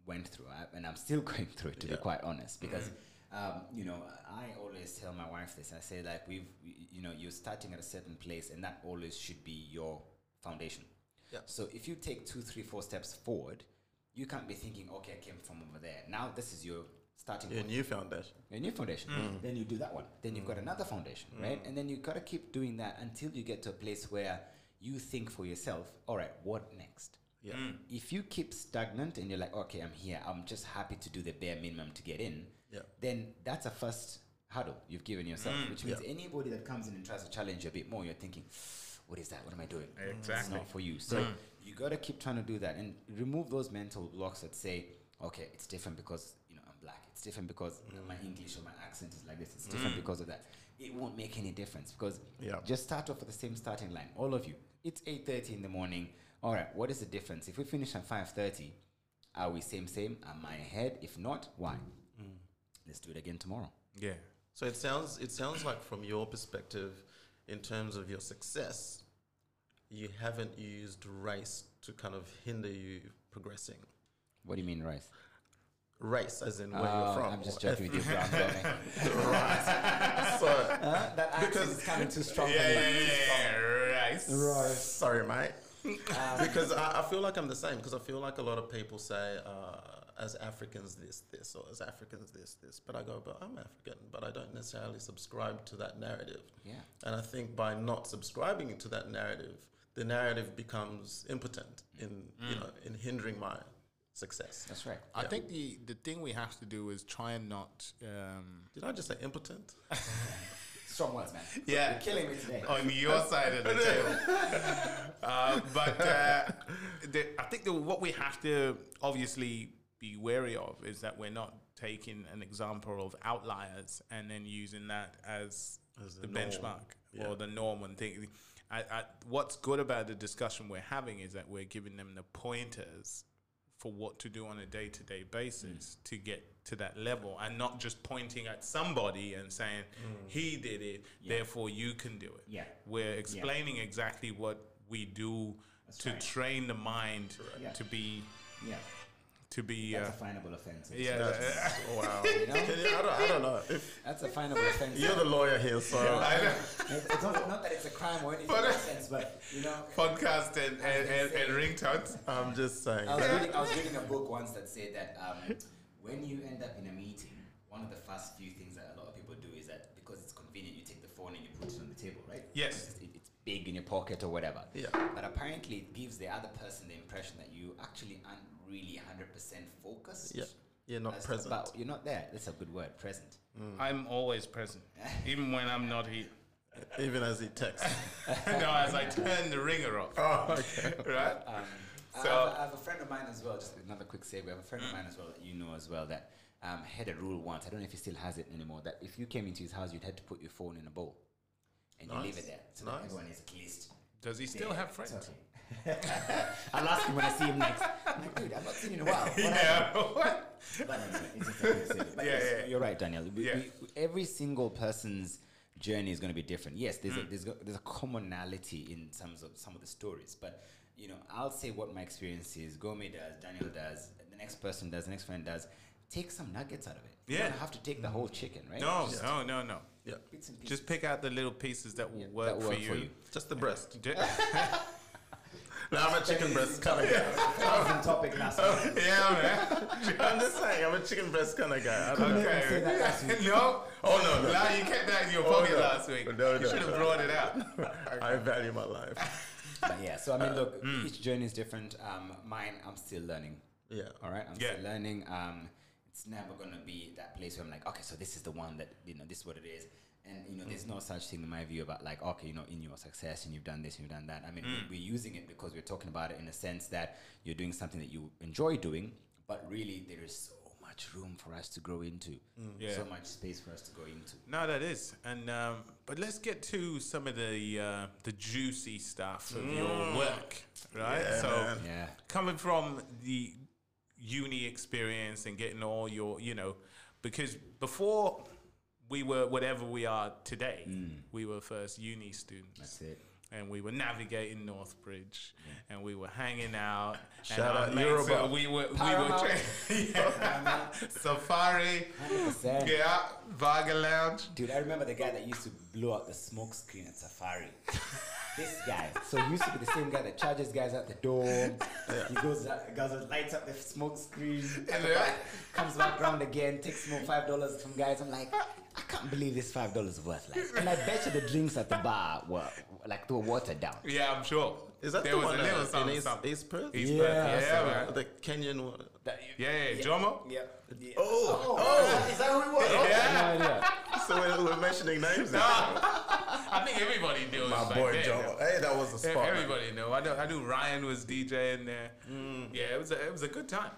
Speaker 2: went through, I, and I'm still <laughs> going through it to be quite honest, because. Um, you know, I always tell my wife this. I say like we've, we- you know, you're starting at a certain place, and that always should be your foundation.
Speaker 3: Yeah.
Speaker 2: So if you take two, three, four steps forward, you can't be thinking, okay, I came from over there. Now this is your starting
Speaker 3: Your
Speaker 2: point
Speaker 3: new foundation.
Speaker 2: a new foundation.
Speaker 3: Mm.
Speaker 2: Then you do that one. Then you've got another foundation, right? And then you got to keep doing that until you get to a place where you think for yourself, all right, what next?
Speaker 3: Yeah.
Speaker 2: If you keep stagnant and you're like, okay, I'm here, I'm just happy to do the bare minimum to get in,
Speaker 3: Yeah.
Speaker 2: then that's a first hurdle you've given yourself, which means
Speaker 3: Mm. Yeah.
Speaker 2: anybody that comes in and tries to challenge you a bit more, you're thinking, what is that? What am I doing? It's
Speaker 1: Exactly.
Speaker 2: not for you. So
Speaker 3: Mm.
Speaker 2: you got to keep trying to do that and remove those mental blocks that say, okay, it's different because you know I'm black. It's different because my
Speaker 3: Mm.
Speaker 2: English or my accent is like this. It's different because of that. It won't make any difference because
Speaker 3: Yeah.
Speaker 2: just start off with the same starting line. All of you. It's 8:30 in the morning. All right, what is the difference? If we finish at 5:30, are we same same? Am I ahead? If not, why?
Speaker 3: Mm.
Speaker 2: Let's do it again tomorrow.
Speaker 1: yeah.
Speaker 3: So it sounds it sounds like from your perspective, in terms of your success, you haven't used race to kind of hinder you progressing.
Speaker 2: What do you mean, rice?
Speaker 3: Race, as in where
Speaker 2: Uh,
Speaker 3: you're from.
Speaker 2: I'm just
Speaker 3: or
Speaker 2: joking with you, brown. guy.
Speaker 3: <laughs> eth- so,
Speaker 2: that accent is coming too strong.
Speaker 1: Yeah,
Speaker 2: on you.
Speaker 1: yeah, yeah, yeah. Right.
Speaker 3: sorry, mate.
Speaker 2: Uh,
Speaker 3: because I, I feel like I'm the same. Because I feel like a lot of people say, uh, as Africans, this, this, or as Africans, this, this. But I go, but I'm African, but I don't necessarily subscribe to that narrative.
Speaker 2: Yeah.
Speaker 3: And I think by not subscribing to
Speaker 2: Mm.
Speaker 3: that narrative, the narrative becomes impotent in you know in hindering my success.
Speaker 2: That's right.
Speaker 1: I think the, the thing we have to do is try and not. Um,
Speaker 3: Did I just say
Speaker 2: <laughs>
Speaker 3: impotent?
Speaker 2: Strong words, man.
Speaker 1: yeah, Oh,
Speaker 2: You're killing me
Speaker 3: <laughs>
Speaker 2: today.
Speaker 1: on your side of the table. Uh, but uh, the, I think the, what we have to obviously be wary of is that we're not taking an example of outliers and then using that as,
Speaker 3: As
Speaker 1: the,
Speaker 3: the norm.
Speaker 1: benchmark
Speaker 3: Yeah.
Speaker 1: or the norm and thing. I, I, what's good about the discussion we're having is that we're giving them the pointers for what to do on a day to day basis
Speaker 2: Mm.
Speaker 1: to get to that level and not just pointing at somebody and saying, he did it, therefore you can do it.
Speaker 2: Mm. Yeah.
Speaker 1: We're explaining exactly what we do to
Speaker 2: right.
Speaker 1: train the mind
Speaker 2: Yeah.
Speaker 1: to be,
Speaker 2: Yeah.
Speaker 1: to be, uh,
Speaker 2: That's a finable offense.
Speaker 1: yeah, uh, <laughs>
Speaker 3: wow.
Speaker 2: You know?
Speaker 3: Can you- I, don't, I don't know. If
Speaker 2: That's a finable offense.
Speaker 3: you're the lawyer here, so
Speaker 2: <laughs> It's it's not, not that it's a crime or anything in
Speaker 1: But-
Speaker 2: that sense, but you know,
Speaker 1: podcast and, and, and, and ringtones.
Speaker 3: I'm just saying.
Speaker 2: I was, reading, I was reading a book once that said that um, when you end up in a meeting, one of the first few things that a lot of people do is that because it's convenient, you take the phone and you put it on the table, right?
Speaker 1: Yes.
Speaker 2: It's, it's big in your pocket or whatever.
Speaker 3: Yeah.
Speaker 2: But apparently, it gives the other person the impression that you actually aren't really 100% focused.
Speaker 3: Yeah. You're not
Speaker 2: That's
Speaker 3: present.
Speaker 2: about- you're not there. That's a good word,
Speaker 3: <laughs>
Speaker 2: present.
Speaker 1: I'm always present, even when I'm not here.
Speaker 3: Even as he texts.
Speaker 1: <laughs> no, as I turn the ringer off.
Speaker 3: Oh, okay.
Speaker 1: <laughs> Right?
Speaker 2: Um, I have-
Speaker 1: So-
Speaker 2: I, have, a friend of mine as well, just another quick segue. I have a friend of mine as well that you know as well that um, had a rule once. I don't know if he still has it anymore. That if you came into his house, you'd had to put your phone in a bowl and you leave
Speaker 3: Nice.
Speaker 2: it there. So
Speaker 3: Nice.
Speaker 2: that everyone is at least.
Speaker 1: Does he still
Speaker 2: there.
Speaker 1: have
Speaker 2: It's
Speaker 1: friends?
Speaker 2: okay. <laughs> I'll ask him when I see him next. I'm like, dude, I've not seen you in a
Speaker 3: <laughs>
Speaker 2: while. What happened?"
Speaker 1: <laughs> Yeah. What?
Speaker 2: But anyway, it's just a quick segue.
Speaker 1: <laughs>
Speaker 2: But
Speaker 1: Yeah,
Speaker 2: yes,
Speaker 1: yeah, yeah.
Speaker 2: You're right, Daniel. We-
Speaker 1: Yeah.
Speaker 2: we- every single person's journey is going to be different. Yes, there's
Speaker 1: Mm.
Speaker 2: a, there's, go- there's a commonality in terms of some of the stories, but you know, I'll say what my experience is. Gome does, Daniel does, the next person does, the next friend does. Take some nuggets out of it. You
Speaker 1: Yeah.
Speaker 2: don't have to take the whole chicken, right?
Speaker 1: No,
Speaker 2: Just
Speaker 1: no, no, no.
Speaker 3: Yeah.
Speaker 2: bits and pieces
Speaker 1: Just
Speaker 2: <laughs>
Speaker 1: pick out the little pieces that will
Speaker 2: that
Speaker 1: work, for,
Speaker 2: work
Speaker 1: you.
Speaker 2: for you.
Speaker 3: Just
Speaker 1: <laughs>
Speaker 3: the breast.
Speaker 1: D-
Speaker 3: No, I'm a chicken breast kind of <laughs> guy.
Speaker 2: Thousand topic last
Speaker 1: <laughs>
Speaker 2: week.
Speaker 1: yeah, man.
Speaker 3: I'm just saying, I'm a chicken breast kind of guy. I don't
Speaker 2: never say that last
Speaker 1: Okay. <laughs> no.
Speaker 3: Oh, no, no.
Speaker 1: No, you kept that in your
Speaker 3: Oh,
Speaker 1: pocket
Speaker 3: no.
Speaker 1: last week.
Speaker 3: No,
Speaker 1: You
Speaker 3: no.
Speaker 1: should have brought it out.
Speaker 3: <laughs> I value my life.
Speaker 2: But yeah, so I mean, look,
Speaker 1: Mm.
Speaker 2: each journey is different. Um, mine, I'm still learning.
Speaker 3: Yeah.
Speaker 2: All right, I'm
Speaker 1: Yeah.
Speaker 2: still learning. Um, it's never gonna be that place where I'm like, okay, so this is the one that you know, this is what it is. And you know, there's
Speaker 1: Mm-hmm.
Speaker 2: no such thing in my view about like, okay, you know, in your success and you've done this and you've done that. I mean,
Speaker 1: Mm.
Speaker 2: we- we're using it because we're talking about it in a sense that you're doing something that you enjoy doing, but really there is so much room for us to grow into,
Speaker 1: Mm, Yeah.
Speaker 2: so much space for us to go
Speaker 1: <laughs>
Speaker 2: into.
Speaker 1: No, that is, and um, but let's get to some of the uh, the juicy stuff of
Speaker 2: Mm.
Speaker 1: your work, right? so
Speaker 2: Yeah.
Speaker 1: coming from the uni experience and getting all your, you know, because before we were whatever we are today,
Speaker 3: Mm.
Speaker 1: we were first uni students.
Speaker 2: That's it.
Speaker 1: And we were navigating Northbridge, and we were hanging
Speaker 3: <laughs>
Speaker 1: out.
Speaker 3: Shout
Speaker 1: and our
Speaker 3: out
Speaker 1: mates, uh,
Speaker 3: Yoruba.
Speaker 1: We were, we were
Speaker 2: Paramount.
Speaker 1: tra- <laughs>
Speaker 3: <laughs>
Speaker 1: yeah. Safari,
Speaker 2: 100%.
Speaker 1: yeah, Vaga Lounge.
Speaker 2: Dude, I remember the guy that used to blow out the smoke screen at Safari. this guy. So he used to be the same guy that charges guys at the door. He goes out, goes out, lights up the smoke screen,
Speaker 1: And they're-
Speaker 2: comes back round again, takes more five dollars from guys. I'm like, I can't believe this five dollars worth. Like, and I bet you the drinks at the bar were like they were watered down.
Speaker 1: Yeah, I'm sure.
Speaker 3: Is that
Speaker 1: there
Speaker 3: the
Speaker 1: was
Speaker 3: one
Speaker 1: a little
Speaker 3: uh,
Speaker 1: something?
Speaker 3: in East,
Speaker 1: something.
Speaker 3: East Perth?
Speaker 1: East
Speaker 2: Yeah,
Speaker 1: Perth,
Speaker 2: that's
Speaker 1: yeah,
Speaker 2: all
Speaker 1: man.
Speaker 3: The Kenyan one.
Speaker 2: That-
Speaker 1: Yeah, yeah, Jomo.
Speaker 2: Yeah. yeah.
Speaker 3: Oh,
Speaker 2: is that- is that who it was?
Speaker 1: Yeah.
Speaker 2: No idea.
Speaker 3: so we're, we're mentioning names. now.
Speaker 1: I think everybody knew.
Speaker 3: My
Speaker 1: like
Speaker 3: boy
Speaker 1: that.
Speaker 3: Jomo. Hey, that was a
Speaker 1: E-
Speaker 3: spot. man.
Speaker 1: Everybody knew. I know. I knew Ryan was DJing there. Yeah, it was a, it was a good time.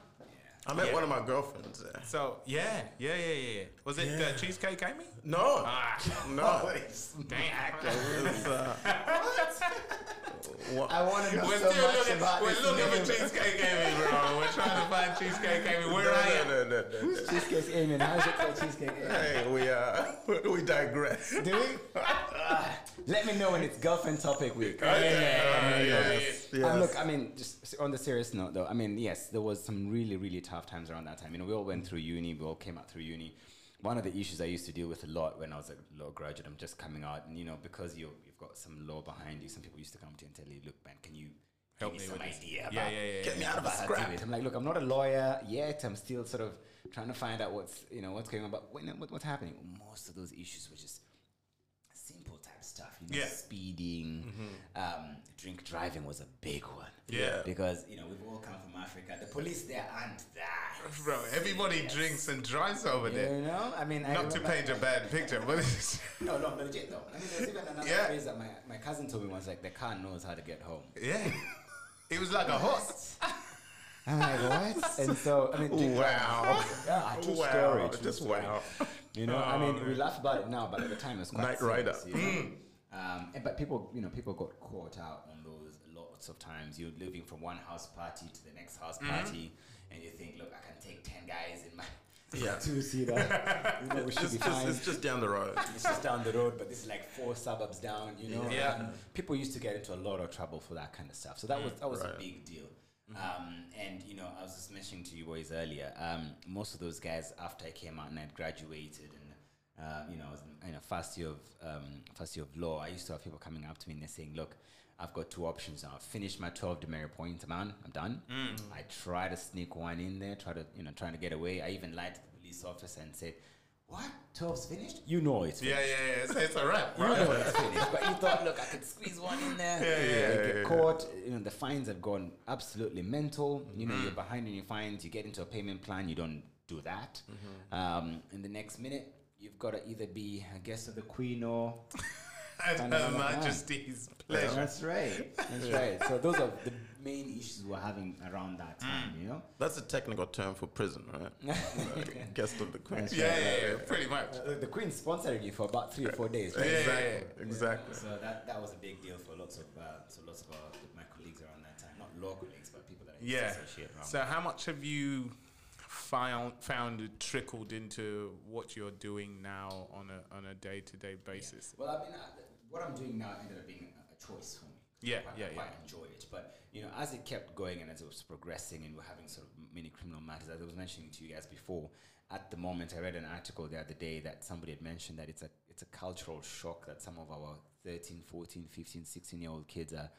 Speaker 3: I met
Speaker 1: Yeah.
Speaker 3: one of my girlfriends there.
Speaker 1: So yeah, yeah, yeah, yeah. yeah. Was it uh, cheesecake, Amy?
Speaker 3: No,
Speaker 1: Ah,
Speaker 3: no.
Speaker 1: <laughs> damn.
Speaker 3: It was, uh, <laughs> one-
Speaker 2: I want to know
Speaker 1: We're
Speaker 2: so
Speaker 1: still
Speaker 2: much
Speaker 1: looking.
Speaker 2: about
Speaker 1: We're
Speaker 2: this
Speaker 1: looking
Speaker 2: name.
Speaker 1: for cheesecake, Amy, bro. We're trying to find cheesecake, Amy. Where
Speaker 3: no,
Speaker 1: are you?
Speaker 3: no, no, no, no.
Speaker 2: Cheesecake Amen. How's it called Cheesecake Amen?
Speaker 3: Hey, we uh, <laughs> we digress.
Speaker 2: Do we? Ah, <laughs> let me know when it's girlfriend topic week.
Speaker 1: yeah, yeah,
Speaker 3: yes,
Speaker 1: yeah.
Speaker 3: yes.
Speaker 2: And look, I mean, just s- on the serious note, though, I mean, yes, there was some really, really tough times around that time. You know, we all went through uni, we all came out through uni. One of the issues I used to deal with a lot when I was a law graduate, I'm just coming out, and you know, because you're, you've got some law behind you, some people used to come to you and tell you, "Look, man, can you
Speaker 1: Help
Speaker 2: give
Speaker 1: me
Speaker 2: me some
Speaker 1: with this."
Speaker 2: idea
Speaker 1: Yeah,
Speaker 2: about
Speaker 1: yeah, yeah,
Speaker 3: Get me
Speaker 1: yeah.
Speaker 3: out of a
Speaker 2: about how to do
Speaker 3: scrap.
Speaker 2: it. I'm like, look, I'm not a lawyer yet. I'm still sort of trying to find out what's you know what's going on, but when, what, what's happening? Most of those issues were just simple types stuff. You know,
Speaker 1: Yeah. Mm-hmm.
Speaker 2: speeding, um, drink driving was a big one.
Speaker 1: Yeah.
Speaker 2: Because you know we've all come from Africa. The police there aren't that.
Speaker 1: Bro, everybody drinks and drives over there.
Speaker 2: You know, I mean, I
Speaker 1: Not to
Speaker 2: remember-
Speaker 1: paint a bad picture, but it's, <laughs>
Speaker 2: No, no, legit though. I mean, there's even another
Speaker 1: Yeah.
Speaker 2: phrase that my, my cousin told me once. Like, the car knows how to get home.
Speaker 1: yeah, it was like a horse.
Speaker 2: <laughs> I'm like, what? and so,
Speaker 1: <laughs>
Speaker 2: I mean, drink-
Speaker 3: Wow. <laughs>
Speaker 2: Yeah, I true
Speaker 3: Oh, wow.
Speaker 2: story. True
Speaker 3: Just
Speaker 2: story.
Speaker 3: wow. Oh,
Speaker 2: You know, I mean, we laugh about it now, but at the time it's quite
Speaker 3: Knight
Speaker 2: serious,
Speaker 3: Rider.
Speaker 2: you
Speaker 3: Mm.
Speaker 2: know? Um, and, but people, you know, people got caught out on those lots of times. You're living from one house party to the next house
Speaker 3: Mm-hmm.
Speaker 2: party, and you think, look, I can take ten guys in my
Speaker 3: <laughs>
Speaker 2: <laughs>
Speaker 3: Yeah.
Speaker 2: two seater. you know, we should
Speaker 3: It's
Speaker 2: be
Speaker 3: <laughs> just,
Speaker 2: fine.
Speaker 3: it's just down the road.
Speaker 2: It's just down the road, but this is like four suburbs down. You know,
Speaker 1: Yeah.
Speaker 2: And people used to get into a lot of trouble for that kind of stuff. So that was that was
Speaker 3: right.
Speaker 2: a big deal. Um, and you know, I was just mentioning to you boys earlier. Um, most of those guys, after I came out and I'd graduated, and uh, you know, I was in- in a first year of um, first year of law, I used to have people coming up to me and they're saying, "Look." I've got two options now. I've finished my 12 demerit points, man. I'm done. I try to sneak one in there, try to, you know, trying to get away. I even lied to the police officer and said, What? 12's finished? You know it's
Speaker 1: Yeah, yeah, yeah. It's, it's a <laughs> wrap,
Speaker 2: you
Speaker 1: right?
Speaker 2: know it's finished, <laughs> but you thought, look, I could squeeze one in there.
Speaker 1: Yeah, yeah,
Speaker 2: You get
Speaker 1: yeah, yeah.
Speaker 2: caught. You know, the fines have gone absolutely mental. You know, you're
Speaker 1: Mm.
Speaker 2: behind on your fines. You get into a payment plan. You don't do that.
Speaker 1: Mm-hmm.
Speaker 2: Um, in the next minute, you've got to either be a guest of the queen or
Speaker 1: At
Speaker 2: No, no,
Speaker 1: Her
Speaker 2: no, no, no.
Speaker 1: Majesty's pleasure.
Speaker 2: <laughs> that's right. That's right. So those are the main issues we're having around
Speaker 1: Mm.
Speaker 2: that time. You know.
Speaker 3: That's a technical term for prison,
Speaker 1: <laughs>
Speaker 3: right? Like, Guest of the Queen.
Speaker 2: That's
Speaker 1: Yeah, yeah, yeah. Pretty much.
Speaker 2: Uh, The Queen sponsored you for about three or four days.
Speaker 1: Yeah,
Speaker 2: right?
Speaker 1: yeah, yeah.
Speaker 3: Exactly.
Speaker 2: So that, that was a big deal for lots of uh, so lots of our, my colleagues around that time, not law colleagues, but people that I used
Speaker 1: Yeah.
Speaker 2: to associate around.
Speaker 1: So, how much have you found found trickled into what you're doing now on a on a day to day basis?
Speaker 2: Well, I mean, I, what I'm doing now ended up being a- a choice for me.
Speaker 1: Yeah,
Speaker 2: I,
Speaker 1: yeah,
Speaker 2: I
Speaker 1: yeah.
Speaker 2: quite enjoyed it, but you know, as it kept going and as it was progressing, and we we're having sort of many criminal matters, as I was mentioning to you guys before. At the moment, I read an article the other day that somebody had mentioned that it's a it's a cultural shock that some of our 13, 14, 15, 16 year old kids are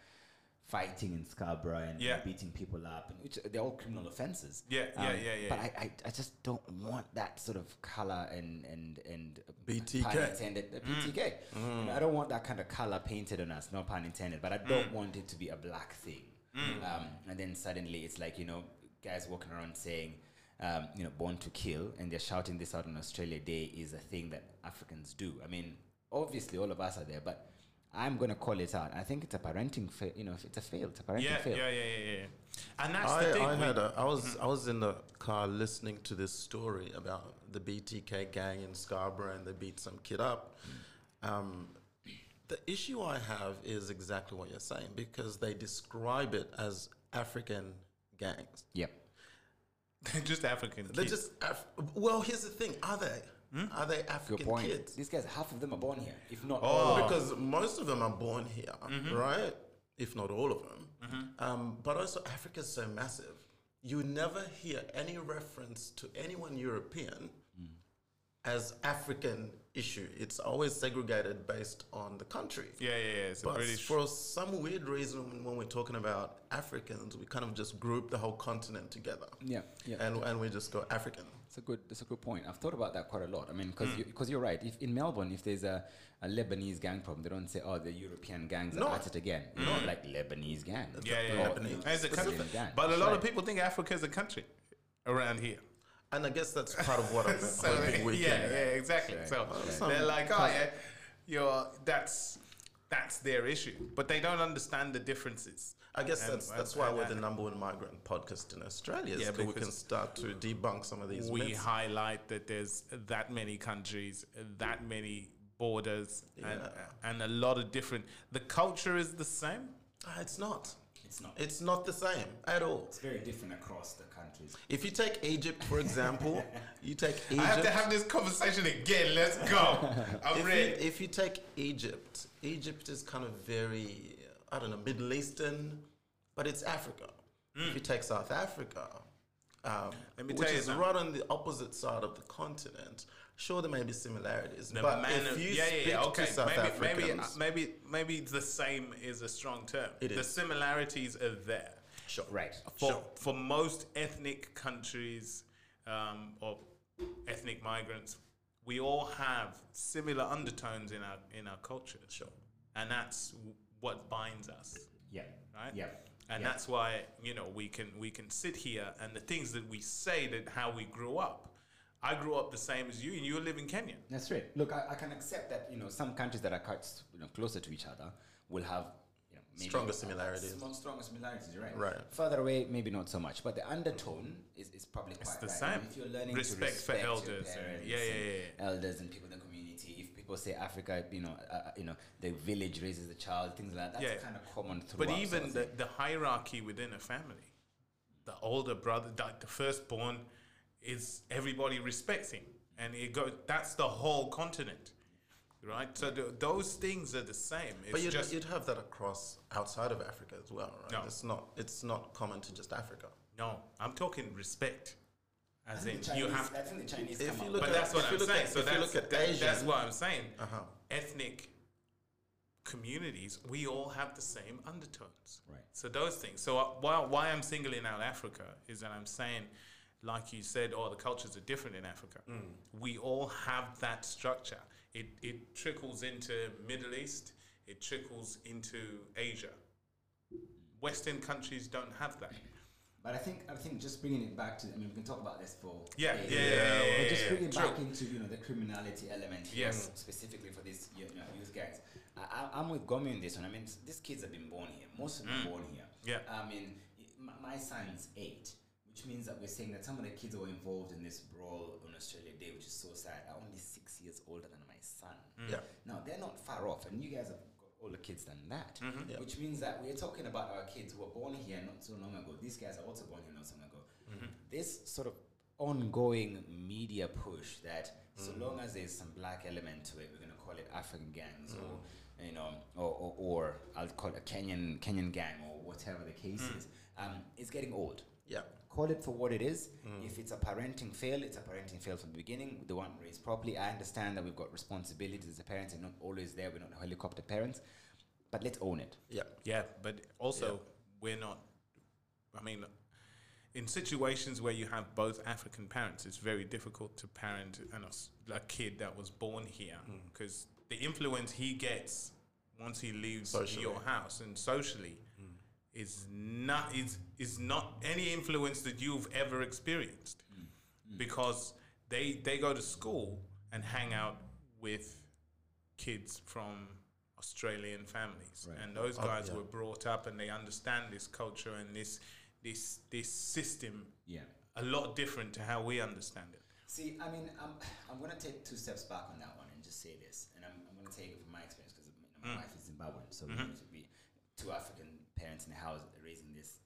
Speaker 2: fighting in Scarborough and
Speaker 1: Yeah.
Speaker 2: beating people up, and which they're all criminal offences.
Speaker 1: Yeah, yeah, yeah, yeah.
Speaker 2: Um, But I, I, I just don't want that sort of color and and and uh,
Speaker 3: BTK.
Speaker 2: pun intended,
Speaker 1: Mm.
Speaker 2: the PTK. You know, I don't want that kind of color painted on us, no pun intended, but I
Speaker 1: Mm.
Speaker 2: don't want it to be a black thing. Um, and then suddenly it's like, you know, guys walking around saying, um, you know, born to kill, and they're shouting this out on Australia Day is a thing that Africans do. I mean, obviously all of us are there, but I'm going to call it out. I think it's a parenting, fa- you know, it's a fail. It's a parenting
Speaker 1: yeah, yeah,
Speaker 2: fail.
Speaker 1: yeah, yeah, yeah. And that's
Speaker 3: I,
Speaker 1: the thing.
Speaker 3: I
Speaker 1: we- Mm-hmm.
Speaker 3: had a, I was I was in the car listening to this story about the BTK gang in Scarborough and they beat some kid up.
Speaker 1: Mm.
Speaker 3: Um, the issue I have is exactly what you're saying because they describe it as African gangs.
Speaker 2: Yep.
Speaker 1: They're <laughs> just African.
Speaker 3: They're
Speaker 1: kids. Hmm?
Speaker 3: just Af- well. Here's the thing: are they are they
Speaker 2: Good
Speaker 3: African
Speaker 2: point.
Speaker 3: kids?
Speaker 2: These guys, half of them are born here, if not all.
Speaker 3: Oh, because most of them are born here,
Speaker 1: Mm-hmm.
Speaker 3: right? If not all of them. Um, but also, Africa's so massive. You never hear any reference to anyone European
Speaker 1: Mm.
Speaker 3: as African issue. It's always segregated based on the country.
Speaker 1: Yeah, yeah, yeah. It's a
Speaker 3: But
Speaker 1: British.
Speaker 3: for some weird reason, when- when we're talking about Africans, we kind of just group the whole continent together.
Speaker 2: Yeah, yeah.
Speaker 3: And, and we just go African.
Speaker 2: That's a good. That's a good point. I've thought about that quite a lot. I mean,
Speaker 3: Mm.
Speaker 2: because because you, are right. If in Melbourne, if there's a, a Lebanese gang problem, they don't say, "Oh, the European gangs
Speaker 3: No. Mm.
Speaker 2: are at it again." You know, like Lebanese gang.
Speaker 1: yeah, yeah,
Speaker 3: Oh,
Speaker 2: Or,
Speaker 1: yeah.
Speaker 2: you know,
Speaker 1: As a country.
Speaker 2: Syrian gang.
Speaker 1: But a
Speaker 2: That's
Speaker 1: lot
Speaker 2: right.
Speaker 1: of people think Africa is a country around here.
Speaker 3: And I guess that's part of
Speaker 1: <laughs>
Speaker 3: what I'm
Speaker 1: So
Speaker 3: hoping
Speaker 1: yeah,
Speaker 3: we
Speaker 1: yeah,
Speaker 3: can
Speaker 1: exactly. So
Speaker 3: Some-
Speaker 1: they're like, oh yeah, you're that's that's their issue, but they don't understand the differences.
Speaker 3: I guess
Speaker 1: And-
Speaker 3: that's that's
Speaker 1: and-
Speaker 3: why
Speaker 1: and-
Speaker 3: we're the
Speaker 1: and
Speaker 3: number one migrant podcast in Australia.
Speaker 1: Yeah,
Speaker 3: Yeah, we can
Speaker 1: because-
Speaker 3: start to debunk some of these
Speaker 1: We
Speaker 3: myths.
Speaker 1: highlight that there's that many countries, that many borders, and,
Speaker 3: Yeah.
Speaker 1: and a lot of different. The culture is the same.
Speaker 3: Ah, it's not.
Speaker 2: It's not.
Speaker 3: It's not the same at all.
Speaker 2: It's very different across the countries.
Speaker 3: If you take Egypt, for
Speaker 1: <laughs>
Speaker 3: example, you take Egypt.
Speaker 1: I have to have this conversation again. Let's
Speaker 3: <laughs>
Speaker 1: go. I'm
Speaker 3: if,
Speaker 1: ready.
Speaker 3: you, if you take Egypt, Egypt is kind of very, I don't know, Middle Eastern, but it's Africa. If you take South Africa, um,
Speaker 1: Hmm. Let me
Speaker 3: which
Speaker 1: tell you
Speaker 3: is
Speaker 1: something.
Speaker 3: right on the opposite side of the continent, sure there may be similarities,
Speaker 1: The
Speaker 3: but
Speaker 1: man
Speaker 3: if
Speaker 1: of-
Speaker 3: you
Speaker 1: yeah, yeah,
Speaker 3: speak
Speaker 1: yeah, okay.
Speaker 3: to South
Speaker 1: maybe,
Speaker 3: Africans,
Speaker 1: maybe, uh, maybe, maybe the same is a strong term.
Speaker 3: It
Speaker 1: the
Speaker 3: is.
Speaker 1: similarities are there
Speaker 3: sure.
Speaker 2: Right.
Speaker 1: for
Speaker 3: Sure.
Speaker 1: for most ethnic countries um, or ethnic migrants. We all have similar undertones in our in our culture. Sure, and that's w- what binds us,
Speaker 2: Yeah.
Speaker 1: right?
Speaker 2: Yeah.
Speaker 1: And
Speaker 2: Yeah.
Speaker 1: that's why you know we can we can sit here and the things that we say that how we grew up. I grew up the same as you, and you live in Kenya.
Speaker 2: That's right. Look, I, I can accept that you know some countries that are quite, you know, closer to each other will have you know, maybe
Speaker 3: Stronger
Speaker 2: a-
Speaker 3: similarities.
Speaker 2: small- stronger similarities, you're right?
Speaker 3: Right.
Speaker 2: Further away, maybe not so much, but the undertone is, is probably quite
Speaker 1: the
Speaker 2: right. I mean,
Speaker 1: same.
Speaker 2: If you're learning to
Speaker 1: Respect for
Speaker 2: respect your
Speaker 1: elders and-
Speaker 2: parents
Speaker 1: yeah, yeah,
Speaker 2: and
Speaker 1: yeah,
Speaker 2: elders and people in the community. If people say Africa, you know, uh, uh, you know, the village raises the child, things like that. That's
Speaker 1: Yeah.
Speaker 2: kind of common throughout.
Speaker 1: But
Speaker 2: so
Speaker 1: even
Speaker 2: it's
Speaker 1: the,
Speaker 2: like-
Speaker 1: the hierarchy within a family, the older brother, like the firstborn, is everybody respects him, and it go. That's the whole continent, right? So th those things are the same. It's
Speaker 3: But you'd,
Speaker 1: just
Speaker 3: you'd have that across outside of Africa as well, right?
Speaker 1: No.
Speaker 3: It's not it's not common to just Africa.
Speaker 1: no. I'm talking respect,
Speaker 2: I
Speaker 1: as in
Speaker 2: think the
Speaker 1: you
Speaker 2: Chinese-
Speaker 1: have.
Speaker 2: I think the Chinese.
Speaker 3: If
Speaker 2: come
Speaker 3: you
Speaker 2: up-
Speaker 3: look
Speaker 1: But
Speaker 3: at-
Speaker 1: that's what
Speaker 3: if
Speaker 1: I'm
Speaker 3: you look
Speaker 1: saying.
Speaker 3: at-
Speaker 1: so
Speaker 3: if you
Speaker 1: that's
Speaker 3: look at
Speaker 1: that- that's
Speaker 3: Asian-
Speaker 1: what I'm saying.
Speaker 3: Uh-huh.
Speaker 1: Ethnic communities, we all have the same undertones.
Speaker 2: Right.
Speaker 1: So those things. So uh, why why I'm singling out Africa is that I'm saying, like you said, oh the cultures are different in Africa.
Speaker 3: Mm.
Speaker 1: We all have that structure. It it trickles into Middle East. It trickles into Asia. Western countries don't have that.
Speaker 2: But I think I think just bringing it back to I mean we can talk about this for
Speaker 1: Yeah,
Speaker 2: days,
Speaker 1: yeah, yeah, yeah, yeah,
Speaker 2: but just
Speaker 1: yeah,
Speaker 2: bring it
Speaker 1: true.
Speaker 2: back into you know the criminality element here
Speaker 1: Yes.
Speaker 2: specifically for these you know, youth guys. I, I, I'm with Gomi on this one. I mean s- these kids have been born here. Most of them
Speaker 1: Mm.
Speaker 2: born here.
Speaker 1: Yeah.
Speaker 2: I mean my, my son's eight, which means that we're saying that some of the kids who were involved in this brawl on Australia Day, which is so sad, are only six years older than my son.
Speaker 1: Mm.
Speaker 3: Yeah.
Speaker 2: Now they're not far off, and you guys have got older kids than that,
Speaker 3: Yeah.
Speaker 2: which means that we're talking about our kids who were born here not so long ago. These guys are also born here not so long ago. This sort of ongoing media push that so long as there's some black element to it, we're going to call it African gangs or you know, or, or, or I'll call it a Kenyan Kenyan gang or whatever the case is. Um, it's getting old
Speaker 3: Yeah.
Speaker 2: call it for what it is.
Speaker 1: Mm.
Speaker 2: If it's a parenting fail, it's a parenting fail from the beginning. They weren't raised properly. I understand that we've got responsibilities as a parent and not always there. We're not helicopter parents, but let's own it.
Speaker 3: Yeah.
Speaker 1: Yeah, but also we're not. I mean, in situations where you have both African parents, it's very difficult to parent an, Aus- a kid that was born here because the influence he gets once he leaves
Speaker 3: Socially.
Speaker 1: your house and socially is not is is not any influence that you've ever experienced because they they go to school and hang out with kids from Australian families,
Speaker 2: Right.
Speaker 1: and those guys
Speaker 3: Oh, yeah.
Speaker 1: were brought up and they understand this culture and this this this system
Speaker 2: Yeah.
Speaker 1: a lot different to how we understand it.
Speaker 2: See, I mean, I'm, I'm going to take two steps back on that one and just say this. And I'm, I'm going to take it from my experience because my
Speaker 1: Mm.
Speaker 2: wife is Zimbabwean. So
Speaker 1: Mm-hmm.
Speaker 2: we need to be two African parents in the house raising this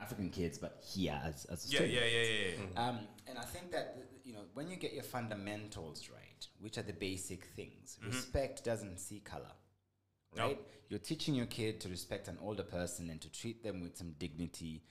Speaker 2: African kids, but here as, as
Speaker 1: Yeah,
Speaker 2: Australians.
Speaker 1: yeah, yeah, yeah.
Speaker 3: Mm.
Speaker 1: yeah.
Speaker 2: Um, and I think that th- th- you know when you get your fundamentals right, which are the basic things, respect doesn't see color,
Speaker 1: No.
Speaker 2: right? You're teaching your kid to respect an older person and to treat them with some dignity,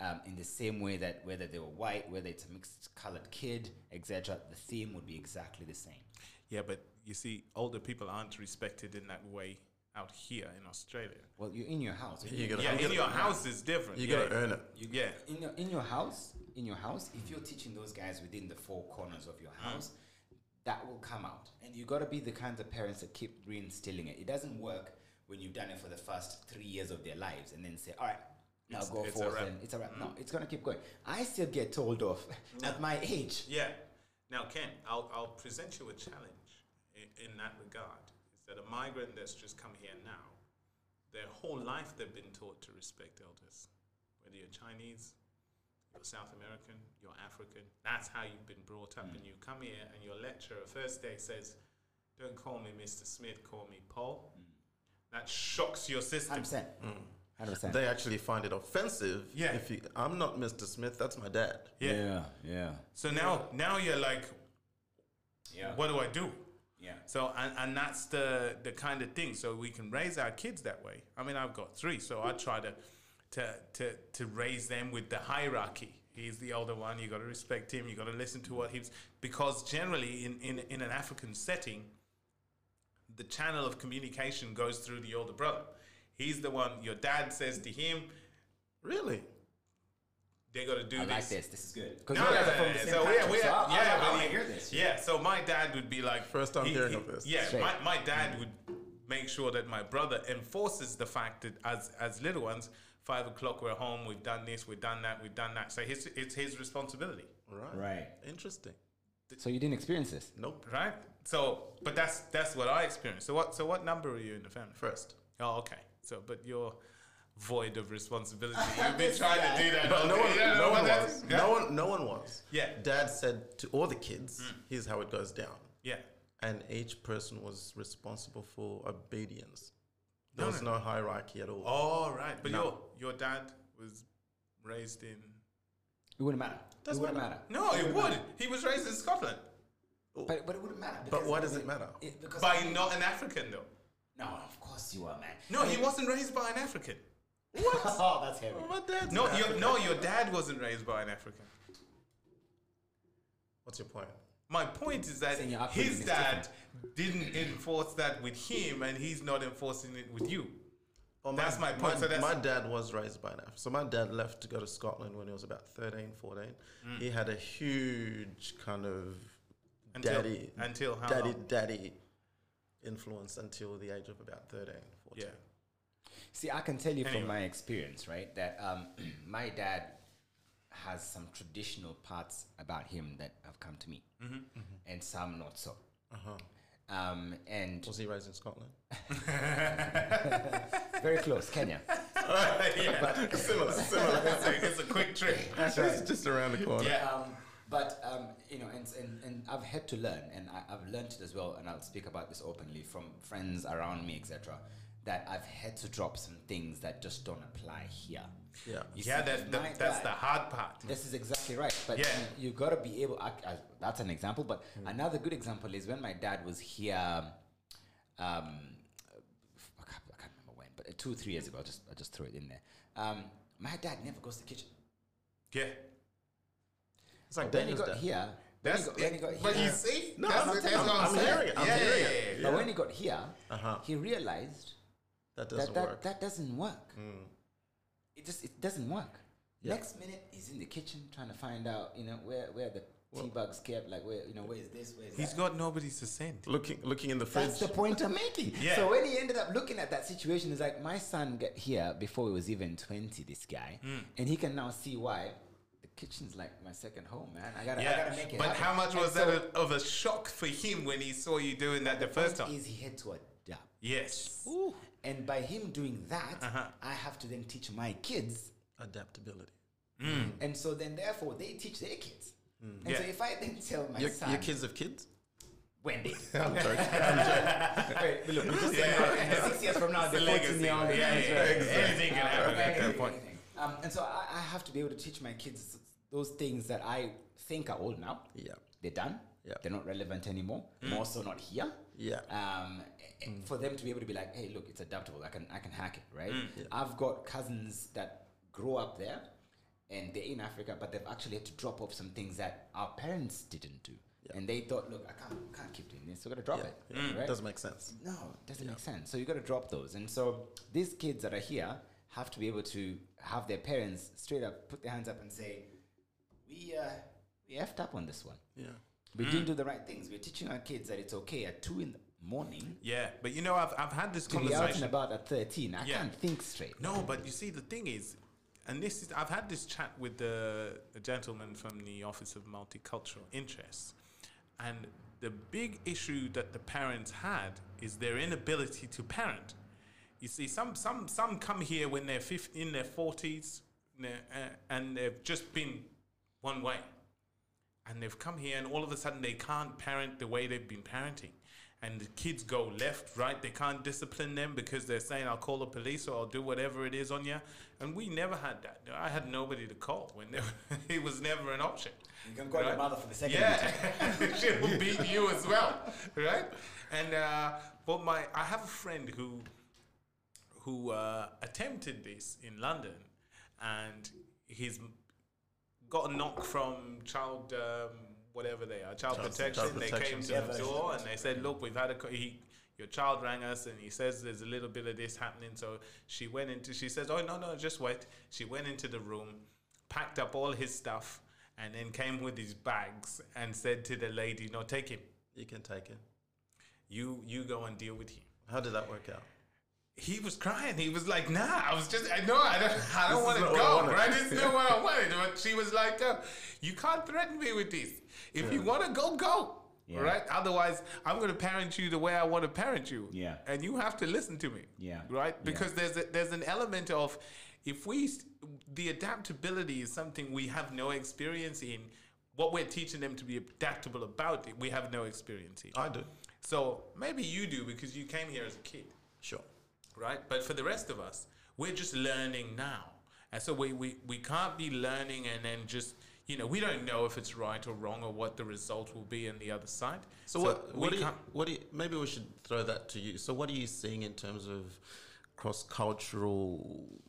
Speaker 2: um, in the same way that whether they were white, whether it's a mixed-colored kid, etc. The theme would be exactly the same.
Speaker 1: Yeah, but you see, older people aren't respected in that way out here in Australia.
Speaker 2: Well, you're in your house. right?
Speaker 3: You gotta,
Speaker 1: Yeah,
Speaker 3: you
Speaker 1: in
Speaker 3: gotta-
Speaker 1: your house is different.
Speaker 3: You
Speaker 1: yeah.
Speaker 3: gotta earn it.
Speaker 1: yeah.
Speaker 2: in your in your house in your house if you're teaching those guys within the four corners of your
Speaker 1: Mm.
Speaker 2: house that will come out and you got to be the kinds of parents that keep reinstilling it it doesn't work when you've done it for the first three years of their lives and then say all right now
Speaker 1: It's-
Speaker 2: go
Speaker 1: it's a
Speaker 2: forth
Speaker 1: wrap. Mm.
Speaker 2: and it's a wrap no it's gonna keep going i still get told off at my age
Speaker 1: Yeah. Now, Ken, I'll, I'll present you a challenge in, in that regard. Is that a migrant that's just come here now, their whole life they've been taught to respect elders. Whether you're Chinese, you're South American, you're African, that's how you've been brought
Speaker 2: Mm.
Speaker 1: up. And you come here and your lecturer first day says, Don't call me Mr. Smith, call me Paul.
Speaker 2: Mm.
Speaker 1: That shocks your system.
Speaker 2: 100%
Speaker 1: Mm.
Speaker 2: 100%
Speaker 3: They actually find it offensive.
Speaker 1: Yeah.
Speaker 3: If you, I'm not Mr. Smith, that's my dad.
Speaker 1: Yeah.
Speaker 2: yeah
Speaker 1: So now, now you're like,
Speaker 2: yeah
Speaker 1: What do I do?
Speaker 2: yeah
Speaker 1: So and, and that's the the kind of thing. So we can raise our kids that way. I mean, I've got three, so I try to to to to raise them with the hierarchy. He's the older one. You got to respect him. You got to listen to what he's because generally in, in in an African setting, the channel of communication goes through the older brother. He's the one your dad says to him,
Speaker 3: Really?
Speaker 1: "They got to do
Speaker 2: I
Speaker 1: this."
Speaker 2: like this. This is good. Because
Speaker 1: No,
Speaker 2: you
Speaker 1: no,
Speaker 2: guys
Speaker 1: no,
Speaker 2: are from
Speaker 1: no,
Speaker 2: the same
Speaker 1: so
Speaker 2: country,
Speaker 1: yeah, we
Speaker 2: so
Speaker 1: are-
Speaker 2: I,
Speaker 1: yeah,
Speaker 2: I, I
Speaker 1: but
Speaker 2: want to
Speaker 1: he-
Speaker 2: hear this.
Speaker 1: Yeah, so my dad would be like,
Speaker 3: First time hearing of this.
Speaker 1: Yeah,
Speaker 2: Straight. Mm-hmm.
Speaker 1: my, my dad would make sure that my brother enforces the fact that as as little ones, five o'clock we're home, we've done this, we've done that, we've done that. So his, it's his responsibility,
Speaker 3: Right.
Speaker 2: Right.
Speaker 3: Interesting.
Speaker 2: So you didn't experience this?
Speaker 3: Nope.
Speaker 1: right? So, but that's that's what I experienced. So what so what number are you in the family?
Speaker 3: First.
Speaker 1: Oh, okay. So, but you're void of
Speaker 2: <laughs>
Speaker 1: responsibility. You've been trying to do that.
Speaker 3: But no
Speaker 1: Okay,
Speaker 3: one,
Speaker 1: yeah,
Speaker 3: no one
Speaker 1: but
Speaker 3: was.
Speaker 1: that's-
Speaker 3: No one, no one was.
Speaker 1: Yeah. Mm.
Speaker 3: Dad said to all the kids, "Here's how it goes down,"
Speaker 1: Yeah.
Speaker 3: and each person was responsible for obedience. There
Speaker 1: No,
Speaker 3: was
Speaker 1: no.
Speaker 3: no hierarchy at all.
Speaker 1: All Oh, right. But
Speaker 3: No.
Speaker 1: your your dad was raised in.
Speaker 2: It wouldn't matter. it
Speaker 3: Doesn't
Speaker 2: wouldn't
Speaker 3: matter.
Speaker 2: matter.
Speaker 1: No, it would. He was raised in Scotland
Speaker 2: But, but it wouldn't matter.
Speaker 3: But
Speaker 2: because-
Speaker 3: why does it matter?
Speaker 2: It, because
Speaker 1: by not an African though.
Speaker 2: no, of course you are, man. <laughs>
Speaker 1: No, he wasn't raised by an African.
Speaker 2: oh, that's heavy.
Speaker 3: My dad's
Speaker 1: No,
Speaker 3: an
Speaker 1: your,
Speaker 3: African.
Speaker 1: no, your dad wasn't raised by an African.
Speaker 3: What's your point?
Speaker 1: My point is that
Speaker 2: Saying your upbringing
Speaker 1: his
Speaker 2: is
Speaker 1: dad didn't enforce that with him, and he's not enforcing it with you.
Speaker 3: Well,
Speaker 1: That's my point,
Speaker 3: My,
Speaker 1: so that's-
Speaker 3: my dad was raised by an African. So my dad left to go to Scotland when he was about 13, 14. He had a huge kind of
Speaker 1: Until-
Speaker 3: daddy,
Speaker 1: until how
Speaker 3: daddy,
Speaker 1: long?
Speaker 3: daddy influence until the age of about 13, 14.
Speaker 1: Yeah. <laughs>
Speaker 2: See, I can tell you
Speaker 1: Anyway.
Speaker 2: from my experience, right, that um, <clears throat> my dad has some traditional parts about him that have come to me,
Speaker 1: Mm-hmm.
Speaker 2: and some not so.
Speaker 1: Uh-huh.
Speaker 2: Um, and
Speaker 3: Was he raised in Scotland?
Speaker 2: very close, Kenya.
Speaker 1: yeah. similar, similar. It's a, it's a quick trick.
Speaker 2: That's right.
Speaker 3: It's just around the
Speaker 1: <laughs>
Speaker 3: corner.
Speaker 1: Yeah.
Speaker 2: um, but um, you know, and, and, and I've had to learn, and I, I've learned it as well, and I'll speak about this openly from friends around me, etc. That I've had to drop some things that just don't apply here.
Speaker 3: Yeah.
Speaker 2: You
Speaker 1: Yeah,
Speaker 2: see,
Speaker 1: that,
Speaker 2: my
Speaker 1: that, that's the
Speaker 2: dad-
Speaker 1: hard part.
Speaker 2: This is exactly right, but
Speaker 1: Yeah. Hmm.
Speaker 2: you, you got to be able. I, I, that's an example, but another good example is when my dad was here. Um, I, can't, I can't remember when, but uh, two, three years ago. I just, I just threw it in there. Um, my dad never goes to the kitchen.
Speaker 1: Yeah.
Speaker 3: It's like
Speaker 2: When he
Speaker 3: Daniel's
Speaker 2: got
Speaker 3: dad.
Speaker 2: here, when he
Speaker 1: That's
Speaker 2: got, when he got
Speaker 1: but
Speaker 2: here,
Speaker 1: you see,
Speaker 3: No,
Speaker 1: that's,
Speaker 3: I'm
Speaker 1: that's
Speaker 3: telling-
Speaker 1: what I'm,
Speaker 3: I'm
Speaker 1: saying.
Speaker 3: hearing it, I'm
Speaker 1: yeah,
Speaker 3: hearing
Speaker 1: yeah,
Speaker 3: it.
Speaker 1: yeah, yeah.
Speaker 2: But when he got here,
Speaker 3: Uh-huh.
Speaker 2: he realized
Speaker 3: That
Speaker 2: that
Speaker 3: doesn't
Speaker 2: that,
Speaker 3: work. Mm.
Speaker 2: that doesn't work.
Speaker 1: Hmm.
Speaker 2: It just it doesn't work. Next minute, he's in the kitchen trying to find out, you know, where where the tea bugs kept, like where you know where is this, where is
Speaker 1: He's
Speaker 2: that.
Speaker 1: got nobody to send.
Speaker 3: Looking, looking in the
Speaker 2: That's
Speaker 3: fridge.
Speaker 2: the point
Speaker 1: <laughs>
Speaker 2: I'm making.
Speaker 1: Yeah.
Speaker 2: So when he ended up looking at that situation, he's like, my son got here before he was even 20. This guy,
Speaker 1: Hmm.
Speaker 2: and he can now see why the kitchen's like my second home, man. I gotta, I
Speaker 1: Yeah.
Speaker 2: gotta make it.
Speaker 1: But
Speaker 2: happen.
Speaker 1: how much
Speaker 2: And
Speaker 1: was
Speaker 2: so
Speaker 1: that a, of a shock for him when he saw you doing that the first time?
Speaker 2: Is he had to adapt.
Speaker 1: Yes.
Speaker 2: And by him doing that,
Speaker 1: Uh-huh.
Speaker 2: I have to then teach my kids.
Speaker 3: Adaptability.
Speaker 2: And so then, therefore, they teach their kids. And so
Speaker 1: Hmm. Yeah.
Speaker 2: if I then tell my
Speaker 3: Your,
Speaker 2: son,
Speaker 3: your kids have kids?
Speaker 2: when <laughs> they,
Speaker 3: I'm joking.
Speaker 2: wait, look, we just
Speaker 1: Yeah.
Speaker 2: said, uh, and six years from now,
Speaker 1: It's a
Speaker 2: they're
Speaker 1: legacy.
Speaker 2: quoting me all the
Speaker 1: Yeah,
Speaker 2: time.
Speaker 1: yeah, yeah. Anything can happen
Speaker 2: Uh,
Speaker 1: at that
Speaker 2: anything,
Speaker 1: point.
Speaker 2: anything. Um, and so I, I have to be able to teach my kids those things that I think are old now.
Speaker 3: Yeah.
Speaker 2: They're done.
Speaker 3: Yeah.
Speaker 2: They're not relevant anymore. I'm also not here.
Speaker 3: Yeah.
Speaker 2: Um, e- e-
Speaker 3: Mm.
Speaker 2: For them to be able to be like, hey, look, it's adaptable. I can I can hack it, right? I've got cousins that grow up there, and they're in Africa, but they've actually had to drop off some things that our parents didn't do, and they thought, look, I can't can't keep doing this. So I gotta drop
Speaker 3: Yeah.
Speaker 2: it,
Speaker 3: yeah.
Speaker 2: right?
Speaker 3: Doesn't make sense.
Speaker 2: No, it doesn't make sense. So you got to drop those. And so these kids that are here have to be able to have their parents straight up put their hands up and say, "We uh, we effed up on this one.
Speaker 3: Yeah.
Speaker 2: We didn't do the right things. We're teaching our kids that it's okay at two in the morning
Speaker 1: Yeah. But you know, I've, I've had this
Speaker 2: to be out and
Speaker 1: conversation.
Speaker 2: about at thirteen. I
Speaker 1: Yeah.
Speaker 2: can't think straight.
Speaker 1: No, but you see, the thing is, and this is, I've had this chat with the, a gentleman from the Office of Multicultural Interests, and the big issue that the parents had is their inability to parent. You see, some some some come here when they're fif- in their forties, uh, and they've just been one way and they've come here and all of a sudden they can't parent the way they've been parenting and the kids go left right they can't discipline them because they're saying i'll call the police or i'll do whatever it is on you and we never had that i had nobody to call when there, <laughs> it was never an option
Speaker 2: You can call your mother for the second.
Speaker 1: yeah, <laughs> she'll beat you as well, right? And uh, but my, I have a friend who who uh, attempted this in London, and he's got a knock from child um, whatever they are, child, protection.
Speaker 3: child
Speaker 1: they
Speaker 3: protection,
Speaker 1: came to
Speaker 3: yeah,
Speaker 1: the door and they said, "Look, we've had a co- he, your child rang us and he says there's a little bit of this happening." So she went into she says, "Oh no, no, just wait." She went into the room, packed up all his stuff, and then came with his bags and said to the lady, "No, take him.
Speaker 3: You can take it.
Speaker 1: You you go and deal with him."
Speaker 3: How did that work out?
Speaker 1: he was crying. He was like, "Nah, I was just, I know, I don't, I don't want to
Speaker 3: not what I
Speaker 1: go,
Speaker 3: wanted."
Speaker 1: right? This is not what I wanted." But she was like, "No, "You can't threaten me with this. If you want to go, go,
Speaker 2: Yeah.
Speaker 1: right? Otherwise, I'm going to parent you the way I want to parent you,
Speaker 2: Yeah.
Speaker 1: and you have to listen to me,
Speaker 2: Yeah.
Speaker 1: right?
Speaker 2: Yeah.
Speaker 1: Because there's a, there's an element of if we s- the adaptability is something we have no experience in. What we're teaching them to be adaptable about, we have no experience in.
Speaker 3: I do.
Speaker 1: So maybe you do because you came here as a kid
Speaker 3: Sure.
Speaker 1: right? But for the rest of us, we're just learning now. And so we, we, we can't be learning and then just, you know, we don't know if it's right or wrong or what the result will be on the other side.
Speaker 3: So, what?
Speaker 1: we
Speaker 3: What do you?
Speaker 1: can't-
Speaker 3: What do you? Maybe we should throw that to you. So, what are you seeing in terms of cross-cultural?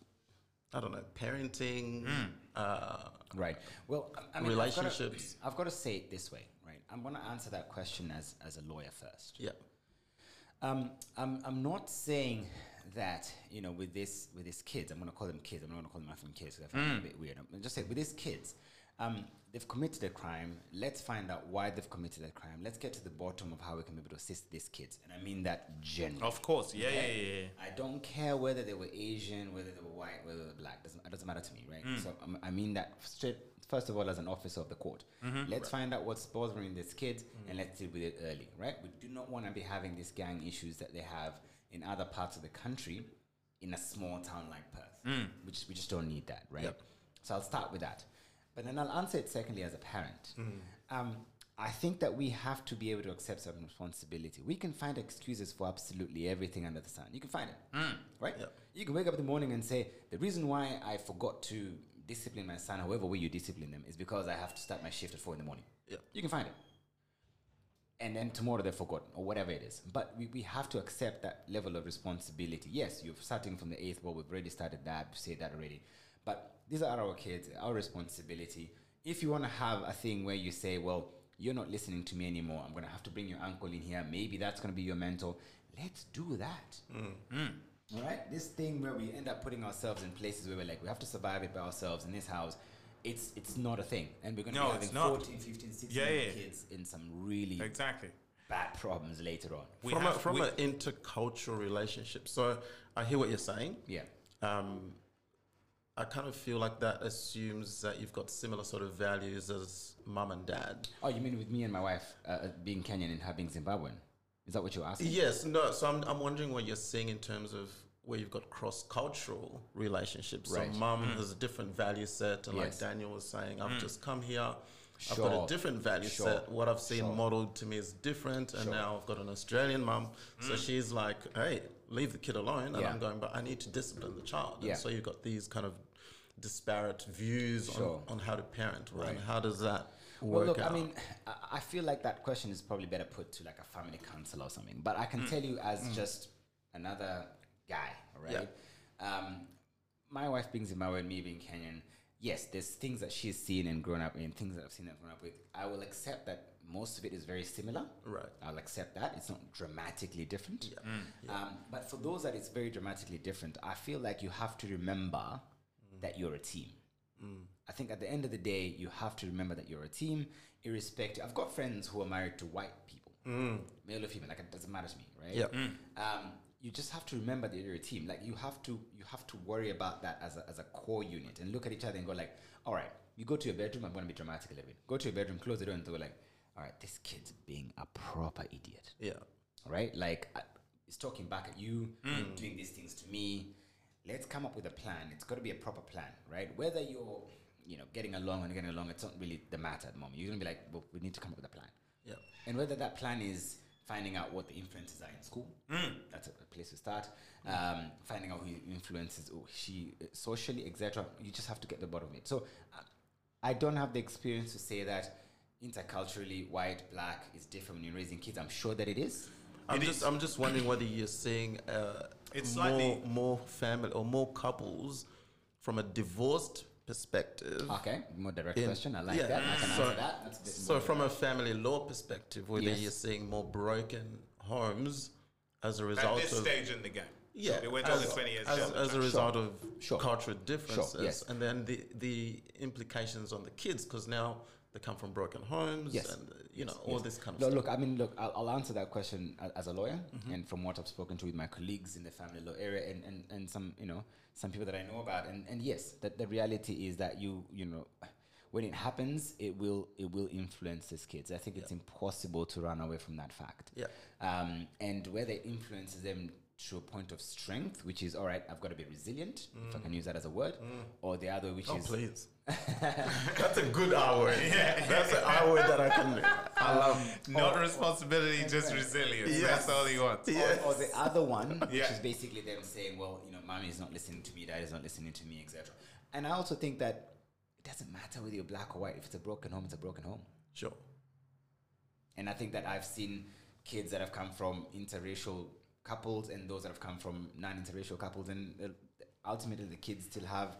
Speaker 3: I don't know, parenting.
Speaker 1: Hmm.
Speaker 3: Uh,
Speaker 2: Right. Well, I- I mean,
Speaker 3: Relationships.
Speaker 2: I've got, to, say it this way, right? I'm going to answer that question as, as a lawyer first.
Speaker 3: yeah.
Speaker 2: Um, I'm, I'm not saying that, you know, with this, with these kids, I'm going to call them kids. I'm not going to call them my kids because I find
Speaker 1: Mm.
Speaker 2: it a bit weird. I'm just saying with these kids, um, they've committed a crime. Let's find out why they've committed a crime. Let's get to the bottom of how we can be able to assist these kids. And I mean that generally.
Speaker 1: Of course, yeah, yeah, yeah, yeah.
Speaker 2: I don't care whether they were Asian, whether they were white, whether they were black. Doesn't it doesn't matter to me, right? So um, I mean that straight. First of all, as an officer of the court, let's find out what's bothering this kid and let's deal with it early, right? We do not want to be having these gang issues that they have in other parts of the country, in a small town like Perth. We just we just don't need that, right? So I'll start with that, but then I'll answer it secondly as a parent. Um, I think that we have to be able to accept some responsibility. We can find excuses for absolutely everything under the sun. You can find it, right? You can wake up in the morning and say, "The reason why I forgot to discipline my son, however way you discipline them, is because I have to start my shift at four in the morning."
Speaker 3: Yeah.
Speaker 2: You can find it, and then tomorrow they're forgotten or whatever it is. But we, we have to accept that level of responsibility. Yes, you're starting from the eighth ball. We've already started that. We said that already. But these are our kids, our responsibility. If you want to have a thing where you say, well, you're not listening to me anymore. I'm going to have to bring your uncle in here. Maybe that's going to be your mentor. Let's do that.
Speaker 1: Mm.
Speaker 2: Mm. All right, this thing where we end up putting ourselves in places where we're like, we have to survive it by ourselves in this house. It's it's not a thing, and we're going to
Speaker 1: No,
Speaker 2: be
Speaker 1: it's
Speaker 2: having
Speaker 1: not.
Speaker 2: 14, 15, 16
Speaker 1: Yeah, yeah.
Speaker 2: kids in some really
Speaker 1: Exactly.
Speaker 2: bad problems later on.
Speaker 1: We
Speaker 3: from a,
Speaker 1: have-
Speaker 3: from
Speaker 1: we-
Speaker 3: an intercultural relationship. So, I hear what you're saying.
Speaker 2: Yeah.
Speaker 3: um, I kind of feel like that assumes that you've got similar sort of values as mum and dad.
Speaker 2: Oh, you mean with me and my wife uh, being Kenyan and her being Zimbabwean? Is that what you're asking?
Speaker 3: Yes, no. So I'm, I'm wondering what you're seeing in terms of where you've got cross cultural relationships.
Speaker 2: Right.
Speaker 3: So mum has a different value set, and
Speaker 2: Yes.
Speaker 3: like Daniel was saying, I've just come here. I've got
Speaker 2: Sure.
Speaker 3: a different value
Speaker 2: Sure.
Speaker 3: set. What I've seen
Speaker 2: Sure.
Speaker 3: modeled to me is different, and
Speaker 2: Sure.
Speaker 3: now I've got an Australian mum. So she's like, "Hey, leave the kid alone," and
Speaker 2: Yeah.
Speaker 3: I'm going, "But I need to discipline the child."
Speaker 2: Yeah.
Speaker 3: And so you've got these kind of disparate views
Speaker 2: Sure.
Speaker 3: on, on how to parent, right?
Speaker 2: Right.
Speaker 3: And how does that
Speaker 2: Well,
Speaker 3: work
Speaker 2: look,
Speaker 3: out?
Speaker 2: I mean, I- I feel like that question is probably better put to like a family council or something. But I can
Speaker 3: Mm.
Speaker 2: tell you, as just another guy, all right? Um, my wife being Zimbabwean, me being Kenyan, yes, there's things that she's seen and grown up in, things that I've seen and grown up with. I will accept that most of it is very similar.
Speaker 3: Right.
Speaker 2: I'll accept that. It's not dramatically different. Um, but for those that it's very dramatically different, I feel like you have to remember that you're a team. I think at the end of the day, you have to remember that you're a team, irrespective. I've got friends who are married to white people, male or female. Like it doesn't matter to me, right?
Speaker 3: Yeah.
Speaker 2: Um, you just have to remember that you're a team. Like you have to, you have to worry about that as a, as a core unit and look at each other and go like, all right, you go to your bedroom. I'm going to be dramatic a little bit. Go to your bedroom, close the door, and go like, all right, this kid's being a proper idiot
Speaker 3: yeah,
Speaker 2: right? Like, I, it's talking back at you, you're doing these things to me. Let's come up with a plan. It's got to be a proper plan, right? Whether you're, you know, getting along or not getting along, it's not really the matter at the moment. You're gonna be like, well, we need to come up with a plan,
Speaker 3: yeah,
Speaker 2: and whether that plan is finding out what the influences are in school, that's a, a place to start. Um, finding out who influences or she uh, socially, etc. You just have to get the bottom of it. So, uh, I don't have the experience to say that interculturally, white, black is different when you're raising kids. I'm sure that it is.
Speaker 3: I'm
Speaker 1: It
Speaker 3: just
Speaker 1: is-
Speaker 3: I'm just wondering whether you're seeing uh,
Speaker 1: It's
Speaker 3: more
Speaker 1: slightly-
Speaker 3: more family or more couples from a divorced perspective.
Speaker 2: Okay, more direct
Speaker 3: in-
Speaker 2: question. I like
Speaker 3: yeah,
Speaker 2: that. I can
Speaker 3: so-
Speaker 2: answer that. That's a bit
Speaker 3: So
Speaker 2: more
Speaker 3: from a family law perspective, whether
Speaker 2: Yes.
Speaker 3: you're seeing more broken homes as a
Speaker 1: at
Speaker 3: result
Speaker 1: this
Speaker 3: of
Speaker 1: stage in the game.
Speaker 3: yeah,
Speaker 1: We're talking
Speaker 3: as-
Speaker 1: 20 years
Speaker 3: as,
Speaker 1: down the
Speaker 3: as a
Speaker 1: track.
Speaker 3: result of
Speaker 2: Sure.
Speaker 3: cultural differences,
Speaker 2: yes.
Speaker 3: and then the the implications on the kids because now They come from broken homes,
Speaker 2: Yes.
Speaker 3: and uh, you know all
Speaker 2: Yes.
Speaker 3: this kind of
Speaker 2: No,
Speaker 3: stuff.
Speaker 2: look, I mean, look, I'll, I'll answer that question a- as a lawyer, and from what I've spoken to with my colleagues in the family law area, and, and, and some, you know, some people that I know about, and, and yes, that the reality is that you, you know, when it happens, it will it will influence these kids. I think it's impossible to run away from that fact.
Speaker 3: Yeah.
Speaker 2: Um, and whether it influences them to a point of strength, which is all right, I've got to be resilient, if
Speaker 3: Mm.
Speaker 2: I can use that as a word, or the other, which
Speaker 3: Oh,
Speaker 2: is
Speaker 3: please. <laughs> That's a good <laughs> hour. That's an hour that I <laughs> can. I love.
Speaker 1: Not responsibility, just resilience.
Speaker 3: Yes.
Speaker 1: That's all he wants.
Speaker 3: Yes.
Speaker 2: or, or the other one, which
Speaker 1: Yeah.
Speaker 2: is basically them saying, "Well, you know, mommy is not listening to me, dad is not listening to me, etc." And I also think that it doesn't matter whether you're black or white. If it's a broken home, it's a broken home.
Speaker 3: Sure.
Speaker 2: And I think that I've seen kids that have come from interracial couples and those that have come from non-interracial couples, and uh, ultimately the kids still have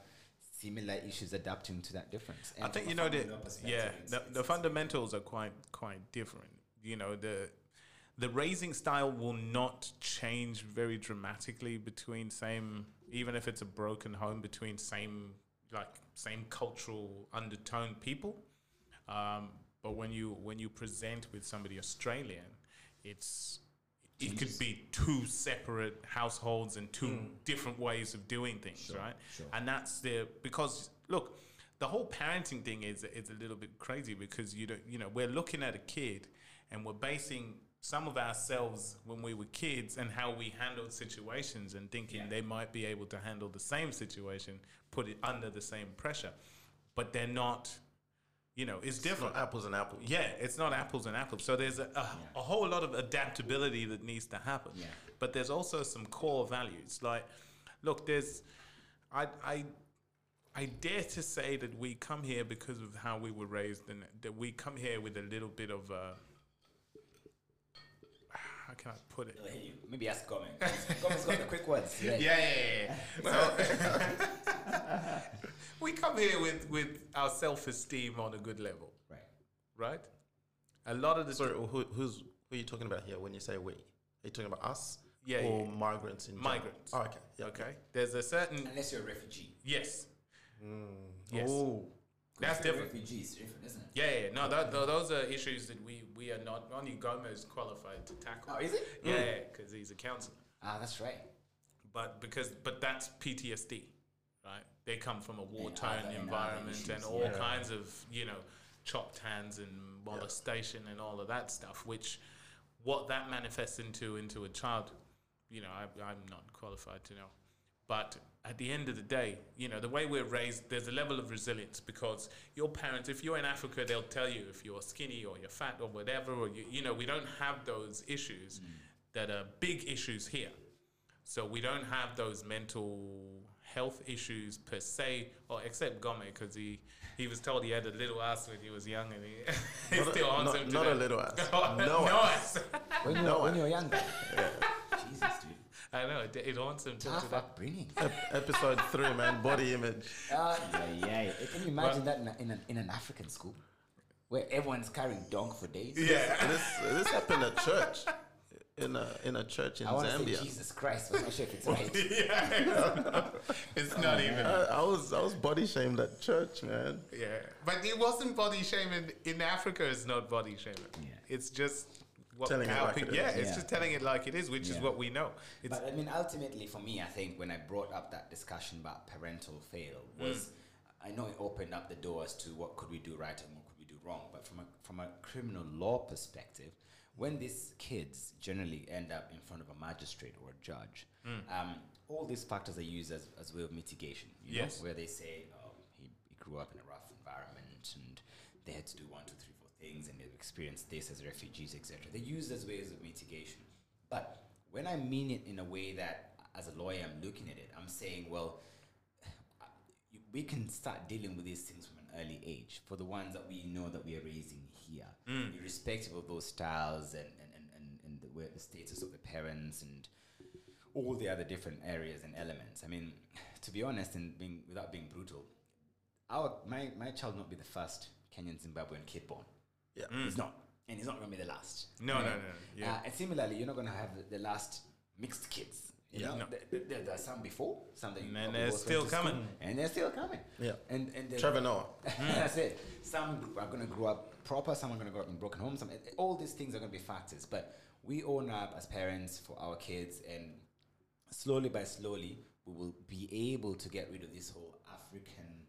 Speaker 2: similar issues adapting to that difference.
Speaker 1: I
Speaker 2: And
Speaker 1: think
Speaker 2: from
Speaker 1: you
Speaker 2: a
Speaker 1: know the
Speaker 2: fundamental perspective,
Speaker 1: yeah
Speaker 2: it's-
Speaker 1: the, the fundamentals are quite quite different. You know the the raising style will not change very dramatically between same even if it's a broken home between same like same cultural undertone people. Um, but when you when you present with somebody Australian, it's it could be two separate households and two different ways of doing things, right? And that's the because look, the whole parenting thing is is a little bit crazy because you don't you know we're looking at a kid and we're basing some of ourselves when we were kids and how we handled situations and thinking they might be able to handle the same situation, put it under the same pressure, but they're not. You know, it's different.
Speaker 3: Different apples and apples.
Speaker 1: Yeah, it's not apples and apples. So there's a, a, a whole lot of adaptability that needs to happen.
Speaker 2: Yeah.
Speaker 1: But there's also some core values. Like, look, there's, I, I, I dare to say that we come here because of how we were raised, and that we come here with a little bit of, uh, how can I put it?
Speaker 2: Hey, you- Maybe ask Gomez. Gomez got the quick words.
Speaker 1: <laughs>
Speaker 2: Yeah.
Speaker 1: Yeah, yeah, yeah. yeah. So- <laughs> we come here with, with our self esteem on a good level,
Speaker 2: Right.
Speaker 1: right? A lot of the
Speaker 3: oh, Sorry, who, who's who are you talking about here when you say we? Are you talking about us?
Speaker 1: Yeah,
Speaker 3: Or
Speaker 1: yeah, yeah.
Speaker 3: migrants in general?
Speaker 1: Migrants.
Speaker 3: Oh, okay. Yeah.
Speaker 1: Okay. There's a certain
Speaker 2: Unless you're a refugee.
Speaker 1: yes. Yes.
Speaker 3: Oh.
Speaker 1: That's
Speaker 2: If you're a
Speaker 1: different.
Speaker 2: Refugee is different, isn't it?
Speaker 1: Yeah, yeah, yeah. no, that, tho- those are issues that we, we are not only Gomez qualified to tackle.
Speaker 2: Oh, is it?
Speaker 1: Yeah, because he's a counselor.
Speaker 2: Ah, that's right.
Speaker 1: But because but that's PTSD, right? They come from a wartime
Speaker 2: other- and other
Speaker 1: environment and,
Speaker 2: issues,
Speaker 1: all
Speaker 2: yeah.
Speaker 1: kinds of you know chopped hands and molestation and all of that stuff. Which what that manifests into into a child, you know, I, I'm not qualified to know. But at the end of the day, you know, the way we're raised, there's a level of resilience because your parents, if you're in Africa, they'll tell you if you're skinny or you're fat or whatever, or you, you know, we don't have those issues that are big issues here. So we don't have those mental health issues per se, or except Gome, because he, he was told he had a little ass when he <laughs> was young and he, it
Speaker 3: Not a-
Speaker 1: still haunts
Speaker 3: not-
Speaker 1: him
Speaker 3: not a
Speaker 1: today.
Speaker 3: little ass.
Speaker 1: <laughs> No,
Speaker 3: No
Speaker 1: ass. <laughs>
Speaker 2: When you're, when you're younger. Jesus, dude.
Speaker 1: I know, it, it haunts him till
Speaker 2: Tough
Speaker 1: today.
Speaker 2: upbringing.
Speaker 3: Ep- episode three, man. Body image.
Speaker 2: Ah, Uh, yeah, yeah. Uh, Can you imagine that in, a, in, an, in an African school? Where everyone's carrying donk for days?
Speaker 1: Yeah.
Speaker 3: This this happened at church, in a in a church in
Speaker 2: I want to say
Speaker 3: Zambia.
Speaker 2: Jesus Christ, but I'm not sure if it's
Speaker 1: <laughs>
Speaker 2: right.
Speaker 1: <laughs> yeah, <laughs> it's not even.
Speaker 3: I, I was I was body shamed at church, man.
Speaker 1: Yeah, but it wasn't body shaming in Africa. It's not body shaming.
Speaker 2: Yeah.
Speaker 1: It's just what
Speaker 3: Telling it
Speaker 1: how
Speaker 3: like
Speaker 1: pe-
Speaker 3: it is.
Speaker 1: yeah, it's
Speaker 2: Yeah.
Speaker 1: just telling it like it is, which is
Speaker 2: Yeah.
Speaker 1: what we know. It's
Speaker 2: But I mean, ultimately, for me, I think when I brought up that discussion about parental fail was, I know it opened up the door as to what could we do right and what could we do wrong. But from a from a criminal law perspective, when these kids generally end up in front of a magistrate or a judge, um, all these factors are used as as way of mitigation. You
Speaker 1: Yes.
Speaker 2: know, where they say, oh, he, he grew up in a rough environment and they had to do one, two, three, four things and they've experienced this as refugees, etc. They're used as ways of mitigation. But when I mean it in a way that, as a lawyer, I'm looking at it, I'm saying, well, <sighs> you- we can start dealing with these things from an early age for the ones that we know that we are raising here, irrespective of those styles and, and, and, and, and the, where the status of the parents and all the other different areas and elements. I mean, <sighs> to be honest, and being, without being brutal, our, my, my child not be the first Kenyan Zimbabwean kid born.
Speaker 3: Yeah.
Speaker 2: He's not. And he's not going to be the last.
Speaker 1: Mm. no, no, no. no. Yeah,
Speaker 2: Uh, and similarly, you're not going to have the, the last mixed kids. You
Speaker 3: Yeah.
Speaker 2: know,
Speaker 1: No.
Speaker 2: Th- th- there, are some before, some that you
Speaker 1: And
Speaker 2: probably
Speaker 1: they're
Speaker 2: both went
Speaker 1: still
Speaker 2: to school,
Speaker 1: coming.
Speaker 2: and they're still coming.
Speaker 3: Yeah.
Speaker 2: and and they're-
Speaker 3: Trevor Noah.
Speaker 2: that's it. Some gr- are going to grow up proper. Some are going to grow up in broken homes. Some, all these things are going to be factors. But we own up as parents for our kids, and slowly by slowly, we will be able to get rid of this whole African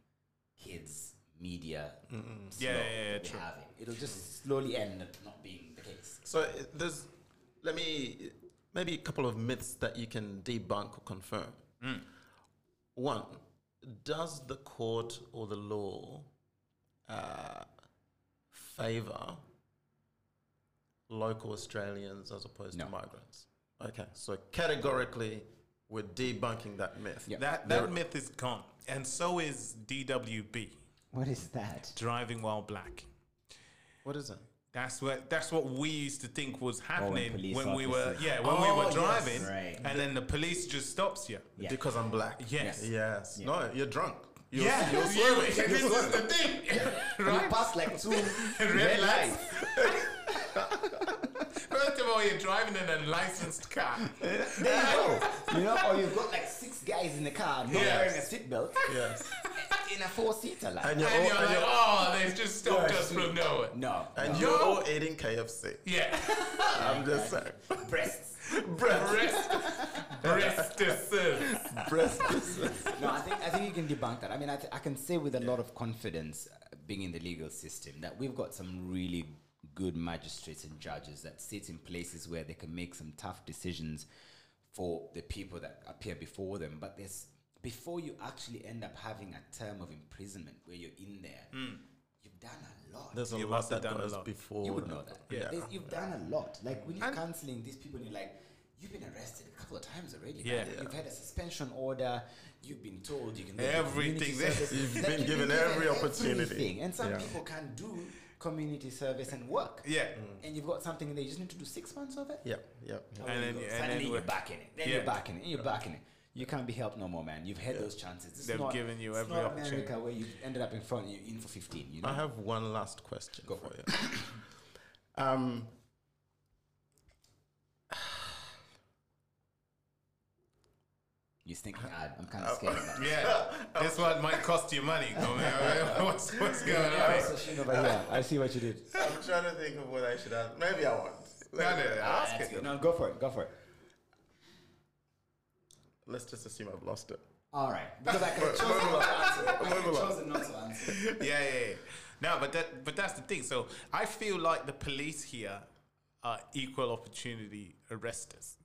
Speaker 2: kids media slump
Speaker 1: Yeah, yeah, yeah,
Speaker 2: that we're
Speaker 1: true.
Speaker 2: having. It'll just slowly end up not being the case.
Speaker 3: So uh, there's, let me, maybe a couple of myths that you can debunk or confirm. One, does the court or the law uh, favor local Australians as opposed
Speaker 2: No.
Speaker 3: to migrants? Okay, so categorically, we're debunking that myth.
Speaker 2: Yeah.
Speaker 1: That that myth is gone, and so is DWB,
Speaker 2: What is that?
Speaker 1: driving while black.
Speaker 3: What is it?
Speaker 1: That's what that's what we used to think was happening
Speaker 2: police
Speaker 1: when we were
Speaker 2: officers-
Speaker 1: yeah when we
Speaker 3: Oh,
Speaker 1: were
Speaker 3: yes.
Speaker 1: driving,
Speaker 2: Right.
Speaker 1: and then the police just stops you.
Speaker 2: Yeah.
Speaker 3: Because I'm black.
Speaker 1: Yes.
Speaker 3: Yes. No, you're drunk. You're,
Speaker 1: Yeah, <laughs>
Speaker 3: You're
Speaker 1: you-
Speaker 3: swerving.
Speaker 1: this is the thing, <laughs>
Speaker 2: We
Speaker 1: right?
Speaker 2: passed like two
Speaker 1: Red
Speaker 2: red
Speaker 1: lights.
Speaker 2: lights.
Speaker 1: First of all, you're driving in a licensed car.
Speaker 2: There you go. You know, or you've got like six guys in the car not
Speaker 1: Yeah.
Speaker 2: wearing a
Speaker 1: <laughs>
Speaker 2: seatbelt
Speaker 3: Yes.
Speaker 2: in a four seater like.
Speaker 3: And you're,
Speaker 1: And
Speaker 3: all,
Speaker 1: you're
Speaker 3: and
Speaker 1: like,
Speaker 3: you're,
Speaker 1: oh, they've just stopped
Speaker 3: Yeah.
Speaker 1: us from nowhere.
Speaker 2: no.
Speaker 3: and
Speaker 2: no.
Speaker 3: you're all eating KFC.
Speaker 1: Yeah.
Speaker 3: I'm just saying.
Speaker 2: breasts. <laughs>
Speaker 3: Breath.
Speaker 1: Breast, breast disease.
Speaker 3: Breath.
Speaker 2: No, I think I think you can debunk that. I mean, I, th- I can say with a lot of confidence, uh, being in the legal system, that we've got some really good magistrates and judges that sit in places where they can make some tough decisions for the people that appear before them. But there's before you actually end up having a term of imprisonment where you're in there, you've done a lot.
Speaker 3: There's a
Speaker 1: You
Speaker 3: lot
Speaker 1: must have
Speaker 3: that
Speaker 1: done a
Speaker 3: goes
Speaker 1: lot.
Speaker 3: before.
Speaker 2: You would know that.
Speaker 3: Yeah.
Speaker 2: There's- You've done a lot. Like when you're
Speaker 1: And-
Speaker 2: counseling these people, you're like, you've been arrested a couple of times already.
Speaker 1: Yeah.
Speaker 2: man. You've had a suspension order. You've been told you can go to
Speaker 1: Everything.
Speaker 2: community service.
Speaker 3: You've
Speaker 2: Like,
Speaker 3: been given every opportunity.
Speaker 2: everything. And some
Speaker 3: Yeah.
Speaker 2: people can do community service and work.
Speaker 1: Yeah.
Speaker 2: And you've got something in there. You just need to do six months of it.
Speaker 3: Yeah. Yeah.
Speaker 2: Away
Speaker 1: And
Speaker 2: you
Speaker 1: then-
Speaker 2: go.
Speaker 1: and then
Speaker 2: suddenly
Speaker 1: we're-
Speaker 2: you're back in it. Then
Speaker 1: Yeah.
Speaker 2: you're back in it. You're back in it. You can't be helped no more, man. You've had those chances. It's
Speaker 1: They've
Speaker 2: not-
Speaker 1: given you
Speaker 2: it's
Speaker 1: every
Speaker 2: not
Speaker 1: opportunity. Uh-huh.
Speaker 2: America where you ended up in front. You're in for 15. You know.
Speaker 3: I have one last question
Speaker 2: Go
Speaker 3: for
Speaker 2: for
Speaker 3: you. <laughs> um,
Speaker 2: You're thinking, "Ah, I'm
Speaker 1: Uh-huh.
Speaker 2: kind of scared. about it."
Speaker 1: Yeah, this one might cost you money. Gomez. <laughs> what's, what's going on?
Speaker 2: So she know, but yeah, I see what you did.
Speaker 3: I'm trying to think of what I should ask. Maybe I won't.
Speaker 1: <laughs> No, no, no, ask
Speaker 2: That's
Speaker 1: it.
Speaker 2: good. No, go for it. Go for it.
Speaker 3: Let's just assume I've lost it.
Speaker 2: All right, because I could have chosen not to answer. I
Speaker 3: Move
Speaker 2: could
Speaker 3: along.
Speaker 2: have chosen not to answer.
Speaker 1: <laughs> Yeah, yeah, yeah. No, but that, but that's the thing. So I feel like the police here are equal opportunity arresters.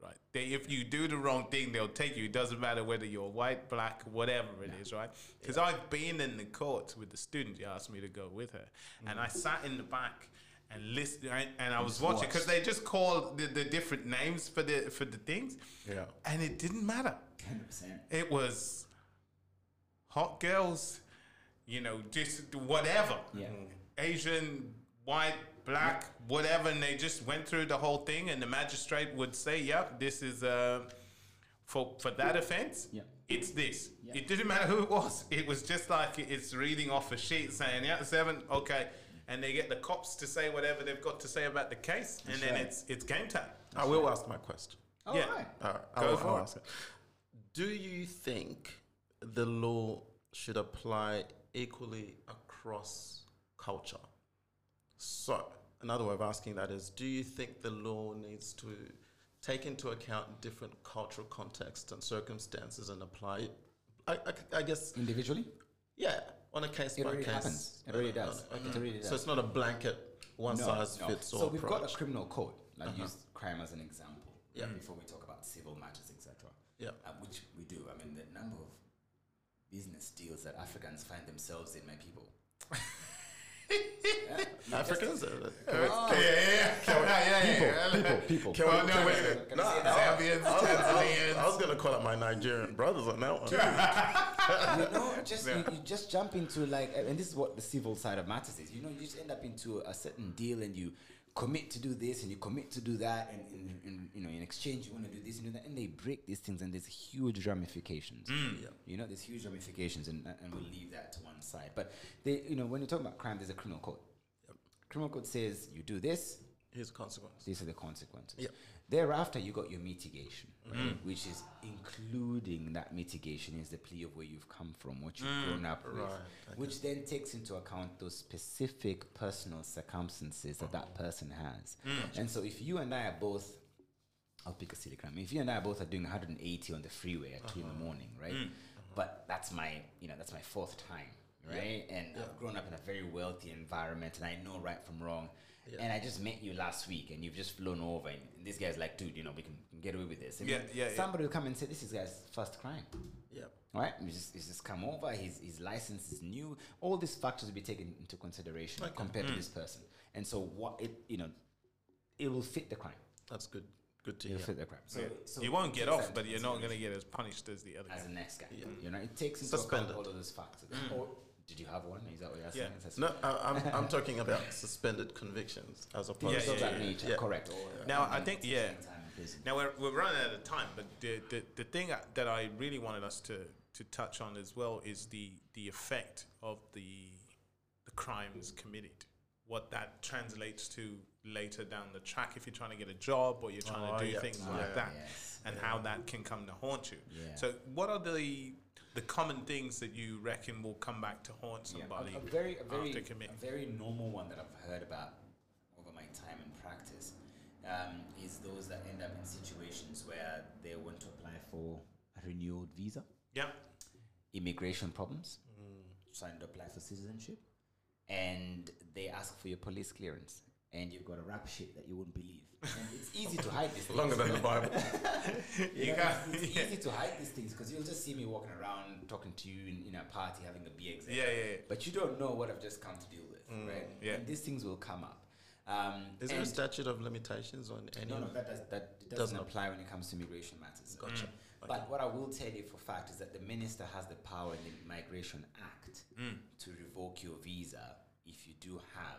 Speaker 1: Right. They, if you do the wrong thing, they'll take you. It doesn't matter whether you're white, black, whatever it is, right? Because I've been in the courts with the student. You asked me to go with her, and I sat in the back and listened, and, and I was watching because they just called the, the different names for the for the things,
Speaker 3: Yeah.
Speaker 1: and it didn't matter.
Speaker 2: Hundred percent.
Speaker 1: It was hot girls, you know, just whatever.
Speaker 2: Yeah.
Speaker 1: Asian, white, black, whatever. And they just went through the whole thing, and the magistrate would say, yep, this is uh, for, for that offense.
Speaker 2: Yeah.
Speaker 1: It's this.
Speaker 2: Yeah.
Speaker 1: It didn't matter who it was. It was just like it's reading off a sheet saying, yeah, seven, okay. And they get the cops to say whatever they've got to say about the case, and then
Speaker 2: right.
Speaker 1: it's it's game time.
Speaker 3: I will ask my question.
Speaker 1: <laughs>
Speaker 2: All
Speaker 1: Yeah.
Speaker 2: right.
Speaker 3: All right. I
Speaker 1: Go
Speaker 3: will,
Speaker 1: for
Speaker 3: I'll
Speaker 1: it.
Speaker 3: ask it. Do you think the law should apply equally across culture? So, another way of asking that is do you think the law needs to take into account different cultural contexts and circumstances and apply it? I, I- I guess,
Speaker 2: Individually,
Speaker 3: yeah, on a case
Speaker 2: it
Speaker 3: by
Speaker 2: already
Speaker 3: case.
Speaker 2: happens. It already
Speaker 3: Uh,
Speaker 2: does. It already does.
Speaker 3: So, it's not a blanket one size
Speaker 2: no.
Speaker 3: fits all
Speaker 2: So we've
Speaker 3: approach.
Speaker 2: got a criminal code. I use crime as an example.
Speaker 3: Yeah.
Speaker 2: Before we talk about civil matters, etc.
Speaker 3: Yeah.
Speaker 2: Uh, which we do. I mean, the number of business deals that Africans find themselves in, my people. <laughs>
Speaker 3: Africans? uh,
Speaker 1: Yeah, yeah, yeah. yeah, yeah, yeah.
Speaker 2: people,
Speaker 3: Can we-
Speaker 1: Oh,
Speaker 3: can
Speaker 1: no,
Speaker 3: we-
Speaker 1: wait a minute.
Speaker 2: Can I say that?
Speaker 1: Zambians,
Speaker 3: I was,
Speaker 1: Tanzanians.
Speaker 3: going to call up my Nigerian brothers on that one.
Speaker 2: you
Speaker 3: <laughs>
Speaker 2: know, just you, you just jump into like, and this is what the civil side of matters is. You know, you just end up into a certain deal, and you commit to do this, and you commit to do that, and, in in you know, in exchange, you want to do this and do that, and they break these things, and there's huge ramifications.
Speaker 3: Mm.
Speaker 2: You know, there's huge ramifications, and and we'll leave that to one side. But they, you know, when you're talking about crime, there's a criminal code. Criminal code says you do this,
Speaker 3: Here's consequence.
Speaker 2: these are the consequences.
Speaker 3: Yep.
Speaker 2: Thereafter, you got your mitigation, right?
Speaker 3: Mm.
Speaker 2: which is including that mitigation is the plea of where you've come from, what you've grown up with,
Speaker 3: Mm. right, okay.
Speaker 2: which then takes into account those specific personal circumstances that
Speaker 3: Mm.
Speaker 2: that person has. And so, if you and I are both, I'll pick a silly crime. If you and I both are doing 180 on the freeway at two in
Speaker 1: Uh-huh.
Speaker 2: the morning, right?
Speaker 1: Mm.
Speaker 2: But that's my, you know, that's my fourth time, right? And I've grown up in a very wealthy environment, and I know right from wrong. And I just met you last week, and you've just flown over, and this guy's like, dude, you know, we can get away with this. And
Speaker 1: Yeah,
Speaker 2: then
Speaker 1: yeah, yeah.
Speaker 2: Somebody will come and say, this is guy's first crime.
Speaker 3: Yeah.
Speaker 2: Right, he's just, he's just come over. His his license is new. All these factors will be taken into consideration compared
Speaker 1: Mm.
Speaker 2: to this person, and so what it you know, it will fit the crime.
Speaker 3: That's good. Good to
Speaker 2: It'll
Speaker 3: hear.
Speaker 2: fit the crime. So, so
Speaker 1: you won't
Speaker 2: it
Speaker 1: get
Speaker 2: takes
Speaker 1: off,
Speaker 2: that
Speaker 1: but
Speaker 2: into
Speaker 1: you're not going to
Speaker 2: consideration
Speaker 1: get as punished as the other guy.
Speaker 2: as the next guy. You know, it takes into
Speaker 3: Suspended.
Speaker 2: account all of those factors. Or did you have one? Is that what you're
Speaker 1: Mm. Yeah.
Speaker 2: asking? Sus-
Speaker 3: No, I, I'm, I'm talking about suspended convictions as opposed
Speaker 1: Yeah,
Speaker 3: to.
Speaker 2: So
Speaker 1: yeah,
Speaker 2: that nature,
Speaker 3: yeah.
Speaker 2: correct. Or,
Speaker 1: Now, I
Speaker 2: um,
Speaker 1: think- yeah.
Speaker 2: time in prison.
Speaker 1: Now we're, we're running out of time, but the, the, the thing that I really wanted us to, to touch on as well is the the effect of the the crimes committed, what that translates to later down the track if you're trying to get a job or you're trying
Speaker 3: Oh,
Speaker 1: to do
Speaker 3: yeah.
Speaker 1: things
Speaker 3: Oh,
Speaker 1: like
Speaker 3: yeah.
Speaker 1: that,
Speaker 2: Yes.
Speaker 1: and how that can come to haunt you.
Speaker 2: Yeah.
Speaker 1: So, what are the the common things that you reckon will come back to haunt
Speaker 2: Yeah,
Speaker 1: somebody
Speaker 2: a, a very, a very,
Speaker 1: after committing?
Speaker 2: a very normal one that I've heard about over my time in practice um, is those that end up in situations where they want to apply for a renewed visa,
Speaker 1: Yeah,
Speaker 2: immigration problems, trying to apply for citizenship, and they ask for your police clearance. And you've got a rap sheet that you wouldn't believe. And it's easy to hide these things.
Speaker 3: Longer than the Bible.
Speaker 2: You
Speaker 1: You
Speaker 2: know,
Speaker 1: can't-
Speaker 2: it's it's
Speaker 1: yeah.
Speaker 2: easy to hide these things because you'll just see me walking around talking to you in, in a party having a beer. etc.
Speaker 1: <laughs> Yeah, yeah, yeah.
Speaker 2: But you don't know what I've just come to deal with, right?
Speaker 1: yeah.
Speaker 2: And these things will come up. Um,
Speaker 3: Is there a
Speaker 2: and-
Speaker 3: statute of limitations on any?
Speaker 2: no, no,
Speaker 3: of-
Speaker 2: that, does, that doesn't,
Speaker 3: Doesn't
Speaker 2: apply when it comes to immigration matters. Mm.
Speaker 3: Gotcha.
Speaker 2: But what I will tell you for fact is that the minister has the power in the Migration Act
Speaker 1: Mm,
Speaker 2: to revoke your visa if you do have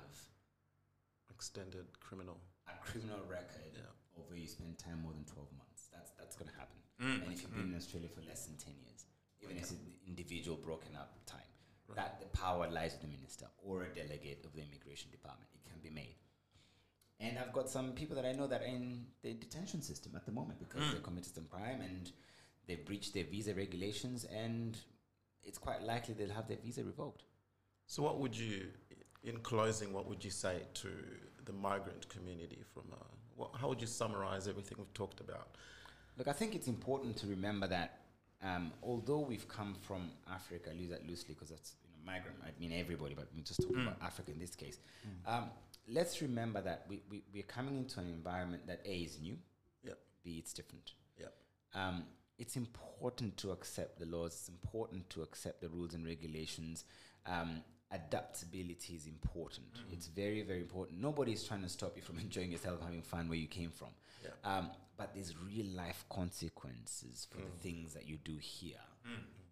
Speaker 3: Extended criminal.
Speaker 2: a criminal record
Speaker 3: Yeah.
Speaker 2: or where you spend time more than 12 months. That's, that's going to happen.
Speaker 1: mm. Hmm.
Speaker 2: And if you've been in Australia for less than 10 years, even if it's an individual broken up time, that the power lies with the minister or a delegate of the immigration department. It can be made. And I've got some people that I know that are in the detention system at the moment because they committed some crime and they breached their visa regulations, and it's quite likely they'll have their visa revoked.
Speaker 3: So, what would you, in closing, what would you say to the migrant community? From uh, what, how would you summarize everything we've talked about?
Speaker 2: Look, I think it's important to remember that um, although we've come from Africa, I use that loosely because that's you know, migrant, I mean everybody, but we're just talking
Speaker 3: Mm.
Speaker 2: about Africa in this case. Um, let's remember that we, we, we're coming into an environment that A is new,
Speaker 3: Yep,
Speaker 2: B it's different.
Speaker 3: yep,
Speaker 2: um, it's important to accept the laws. It's important to accept the rules and regulations. Um, adaptability is important.
Speaker 3: Mm.
Speaker 2: It's very, very important. Nobody's trying to stop you from <laughs> enjoying yourself, having fun where you came from.
Speaker 3: Yeah.
Speaker 2: Um, but there's real life consequences for
Speaker 3: Mm.
Speaker 2: the things that you do here.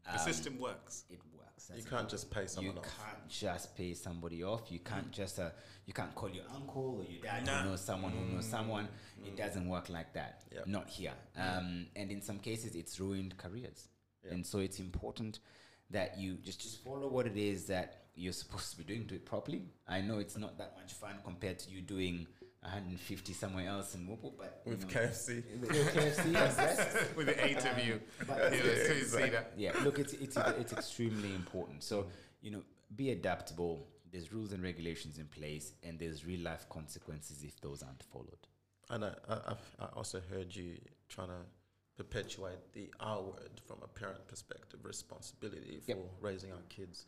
Speaker 1: the
Speaker 2: um,
Speaker 1: system works. <laughs>
Speaker 2: It works.
Speaker 3: you
Speaker 2: That's
Speaker 3: can't just pay
Speaker 2: you
Speaker 3: someone off. Mm.
Speaker 2: can't just pay somebody off. You can't just uh, you can't call your uncle or your dad
Speaker 1: Nah.
Speaker 2: who knows someone who knows someone. It doesn't work like that.
Speaker 3: Mm. Yep.
Speaker 2: Not here. Um, and in some cases, it's ruined careers. And so it's important that you just just follow what it is that you're supposed to be doing. Do it properly. I know it's not that much fun compared to you doing 150 somewhere else in Wopo, but you
Speaker 3: With
Speaker 2: know,
Speaker 3: KFC,
Speaker 2: with KFC and breakfast.
Speaker 1: With
Speaker 2: <laughs>
Speaker 1: the eight of you,
Speaker 2: Um, But-
Speaker 1: You know, so you see that.
Speaker 2: yeah look it's it's it's extremely important so you know be adaptable there's rules and regulations in place and there's real life consequences if those aren't followed
Speaker 3: and I, I, I've, I also heard you trying to perpetuate the R word from a parent perspective, responsibility for
Speaker 2: Yep.
Speaker 3: raising our kids.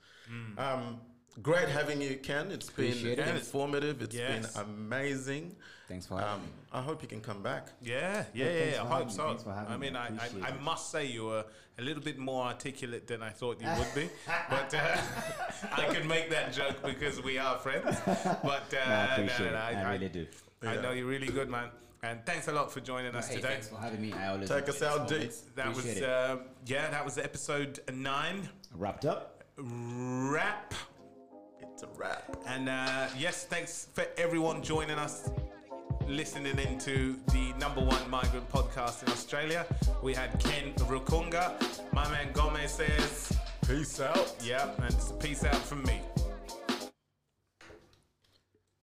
Speaker 3: Um, great having you, Ken. It's
Speaker 2: Appreciate
Speaker 3: been
Speaker 1: it.
Speaker 3: informative. It's
Speaker 1: Yes.
Speaker 3: been amazing.
Speaker 2: thanks for having
Speaker 3: Um,
Speaker 2: me
Speaker 3: I hope you can come back.
Speaker 1: Yeah, yeah,
Speaker 2: Well, thanks
Speaker 1: yeah. I
Speaker 2: for
Speaker 1: hope
Speaker 2: having me.
Speaker 1: so.
Speaker 2: Thanks for having
Speaker 1: I
Speaker 2: me.
Speaker 1: mean, I, I,
Speaker 2: Appreciate
Speaker 1: I
Speaker 2: it.
Speaker 1: must say you were a little bit more articulate than I thought
Speaker 2: <laughs>
Speaker 1: you would be, but uh, <laughs> I could make that joke because we are friends. But uh,
Speaker 2: <laughs> No, i appreciate
Speaker 1: no, no,
Speaker 2: it i, really do
Speaker 1: I
Speaker 3: Yeah.
Speaker 1: know you're really good, man. And thanks a lot for joining us
Speaker 2: hey,
Speaker 1: today.
Speaker 2: thanks for having me i always
Speaker 3: Take us
Speaker 2: enjoy
Speaker 3: out,
Speaker 2: these
Speaker 3: D.
Speaker 2: moments.
Speaker 1: That
Speaker 2: Appreciate
Speaker 1: was
Speaker 2: it.
Speaker 1: uh, yeah, that was episode nine
Speaker 2: wrapped up
Speaker 1: wrap.
Speaker 3: It's a wrap.
Speaker 1: And uh, yes, thanks for everyone joining us, listening into the number one migrant podcast in Australia. We had Ken Rukunga, my man Gomez says,
Speaker 3: Peace out.
Speaker 1: yeah, and peace out from me.